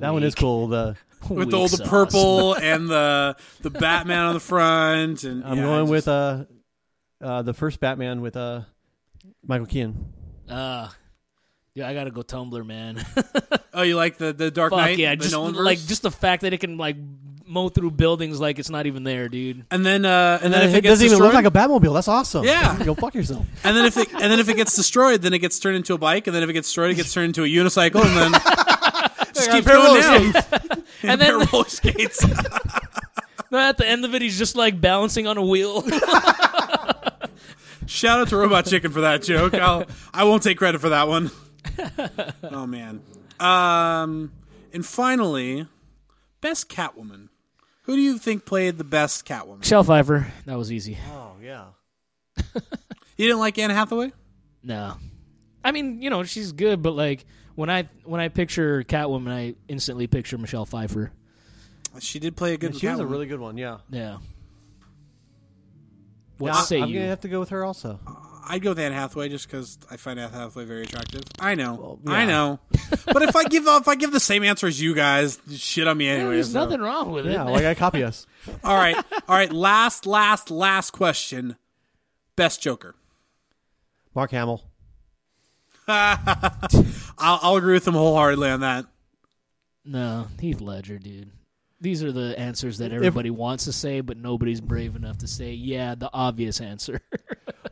S4: That one is cool. The
S5: With all the <laughs> purple and the the Batman on the front and
S4: I'm
S5: yeah, I
S4: going
S5: just-
S4: with uh, uh, the first Batman with uh, Michael Keaton.
S1: Uh yeah, I gotta go Tumblr, man. <laughs>
S5: Oh, you like the the Dark
S1: Fuck
S5: Knight?
S1: yeah,
S5: the
S1: just
S5: Nolanverse?
S1: like just the fact that it can like mow through buildings like it's not even there, dude.
S5: and then uh, and then if
S4: it
S5: it gets
S4: doesn't even
S5: destroyed,
S4: look like a Batmobile. That's awesome.
S5: Yeah.
S4: <laughs> go fuck yourself.
S5: <laughs> and then if it and then if it gets destroyed, then it gets turned into a bike, and then if it gets destroyed, it gets turned into a unicycle, and
S1: <laughs>
S5: then just keep going down. <laughs>
S1: And
S5: Pair
S1: then
S5: of roller skates.
S1: <laughs> at the end of it, he's just like balancing on a wheel. <laughs>
S5: Shout out to Robot Chicken for that joke. I'll, I won't take credit for that
S1: <laughs>
S5: one. Oh man. Um, and finally, best Catwoman. Who do you think played the best Catwoman?
S1: Shell Pfeiffer, that was easy.
S4: Oh yeah.
S5: You didn't like Anne Hathaway?
S1: No, I mean you know she's good, but like when I when I picture Catwoman, I instantly picture Michelle Pfeiffer.
S5: She did play a good.
S4: She was a
S5: Catwoman.
S4: really good one. Yeah.
S1: Yeah. What
S4: I,
S1: say
S4: am
S1: you?
S4: gonna have to go with her
S1: <laughs>
S4: also.
S5: I'd go with Anne Hathaway just because I find Anne Hathaway very attractive. I know,
S4: yeah.
S1: <laughs>
S5: I know, but if I give if I give the same answer as you guys, shit on me anyway.
S1: There's
S5: so.
S1: nothing wrong with
S4: Yeah,
S1: it.
S4: like I copy us.
S5: All right, all right. Last, last, last question. Best Joker.
S4: Mark Hamill.
S5: I'll, I'll agree with them wholeheartedly on that.
S1: No, Heath Ledger, dude. These are the answers that everybody wants to say, but nobody's brave enough to say, yeah, the obvious answer. <laughs>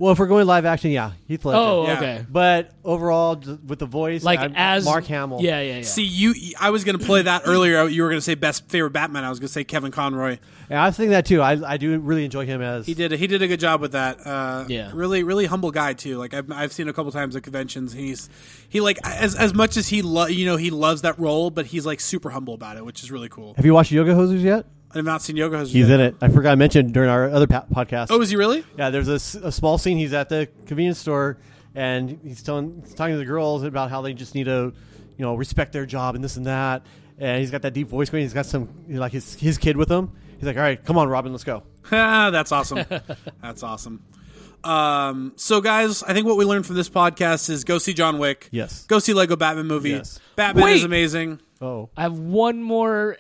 S4: Well, if we're going live action, yeah, Heath Ledger.
S1: oh,
S5: Yeah.
S1: okay.
S4: But overall, d- with the voice,
S1: Like
S4: I'm-
S1: as
S4: Mark Hamill.
S1: Yeah, yeah, yeah.
S5: See, you. I was going to play that earlier. You were going to say best favorite Batman. I was going to say Kevin Conroy.
S4: Yeah, I think that too. I, I do really enjoy him as.
S5: He did. He did a good job with that. Uh,
S1: Yeah.
S5: Really, really humble guy too. Like I've, I've seen a couple times at conventions. He's he like as as much as he lo- you know he loves that role, but he's like super humble about it, which is really cool.
S4: Have you watched Yoga Hosers yet?
S5: I have not seen Yoga Hosers.
S4: He's
S5: yet.
S4: in it. I forgot I mentioned during our other pa- podcast.
S5: Oh, is he really? <laughs>
S4: Yeah, there's a, s- a small scene. He's at the convenience store, and he's telling he's talking to the girls about how they just need to, you know, respect their job and this and that. And he's got that deep voice going. He's got some you know, like his his kid with him. He's like, "All right, come on, Robin, let's go."
S5: Ah, That's awesome. That's awesome. Um, so, guys, I think what we learned from this podcast is go see John Wick.
S4: Yes.
S5: Go see Lego Batman movie.
S4: Yes.
S5: Batman
S1: Wait.
S5: is amazing.
S4: <laughs> Oh,
S1: I have one more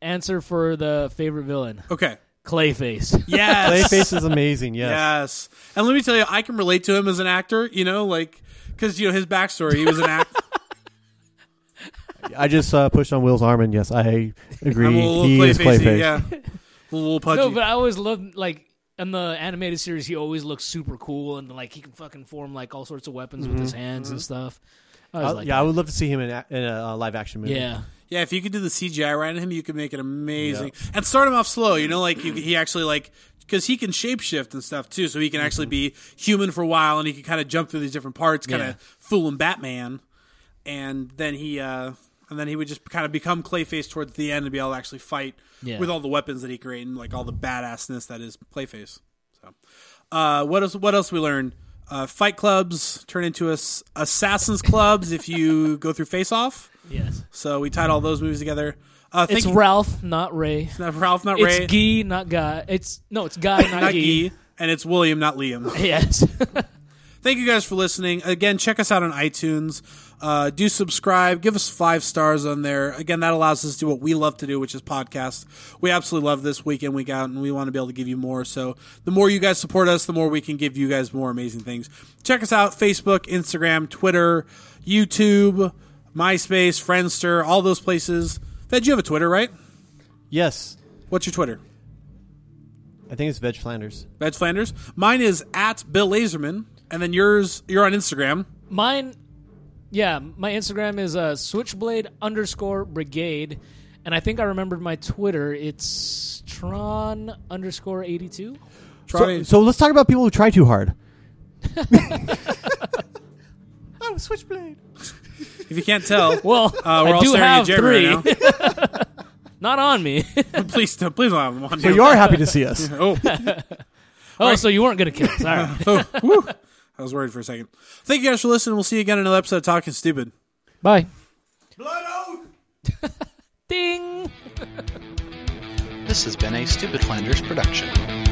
S1: answer for the favorite villain,
S5: Okay.
S1: Clayface.
S5: <laughs> Yes.
S4: Clayface is amazing. Yes.
S5: Yes. And let me tell you, I can relate to him as an actor, you know, like, because, you know, his backstory, he was an actor.
S4: I just uh, pushed on Will's arm, and yes, I agree.
S5: I'm a little
S4: he is
S5: clayfacey,
S4: Clayface.
S5: Yeah.
S1: <laughs>
S5: A little pudgy.
S1: <laughs> No, but I always loved like in the animated series, he always looks super cool and like he can fucking form like all sorts of weapons with his hands and stuff. I was
S4: I-
S1: like,
S4: Uh, yeah, I would love to see him in a, in a uh, live action movie.
S1: yeah,
S5: Yeah, if you could do the CGI right on him, you could make it amazing. And start him off slow, you know, like you, he actually like because he can shapeshift and stuff too, so he can actually be human for a while, and he can kind of jump through these different parts, kind of
S1: Mm-hmm. Yeah.
S5: fooling Batman, and then he uh and then he would just kind of become Clayface towards the end and be able to actually fight
S1: Yeah.
S5: with all the weapons that he created, and like all the badassness that is Clayface. So, uh, what else? What else we learned? Uh, fight clubs turn into ass- assassins clubs if you go through Face Off.
S1: yes.
S5: So we tied all those movies together. Uh, thank
S1: It's
S5: you,
S1: Ralph, not Ray.
S5: not Ralph, not Ray,
S1: It's Guy, not Guy. It's no, it's Guy, not,
S5: not
S1: Guy.
S5: Gee, and it's William, not Liam.
S1: <laughs> Yes. <laughs>
S5: Thank you guys for listening. Again, check us out on iTunes. Uh, do subscribe. Give us five stars on there. Again, that allows us to do what we love to do, which is podcast. We absolutely love this week in, week out, and we want to be able to give you more. So the more you guys support us, the more we can give you guys more amazing things. Check us out Facebook, Instagram, Twitter, YouTube, MySpace, Friendster, all those places. Fed, you have a Twitter, right?
S4: Yes,
S5: What's your Twitter?
S4: I think it's Veg Flanders.
S5: Veg Flanders. Mine is at Bill Lazerman, and then yours, you're on Instagram.
S1: Mine, yeah. My Instagram is uh, switchblade underscore brigade, and I think I remembered my Twitter. It's Tron underscore eighty two.
S5: Try
S4: So, so let's talk about people who try too <laughs> hard. I'm a switchblade.
S5: if you can't
S4: <laughs>
S5: tell,
S1: Well,
S5: uh, we're
S1: I
S5: all
S1: do
S5: staring
S1: have
S5: at Jeremy
S1: three.
S5: right
S1: <laughs> not on
S5: <laughs>
S1: me.
S5: now. <laughs> please, don't, please don't have them on.
S4: So you are happy to see <laughs> us.
S5: <laughs> Oh,
S1: oh, so you weren't gonna kill us? All
S5: <laughs>
S1: right.
S5: oh, whew. I was worried for a second. Thank you guys for listening. We'll see you again in another episode of Talking Stupid.
S1: Bye. Ding. <laughs>
S2: This has been a Stupid Flanders production.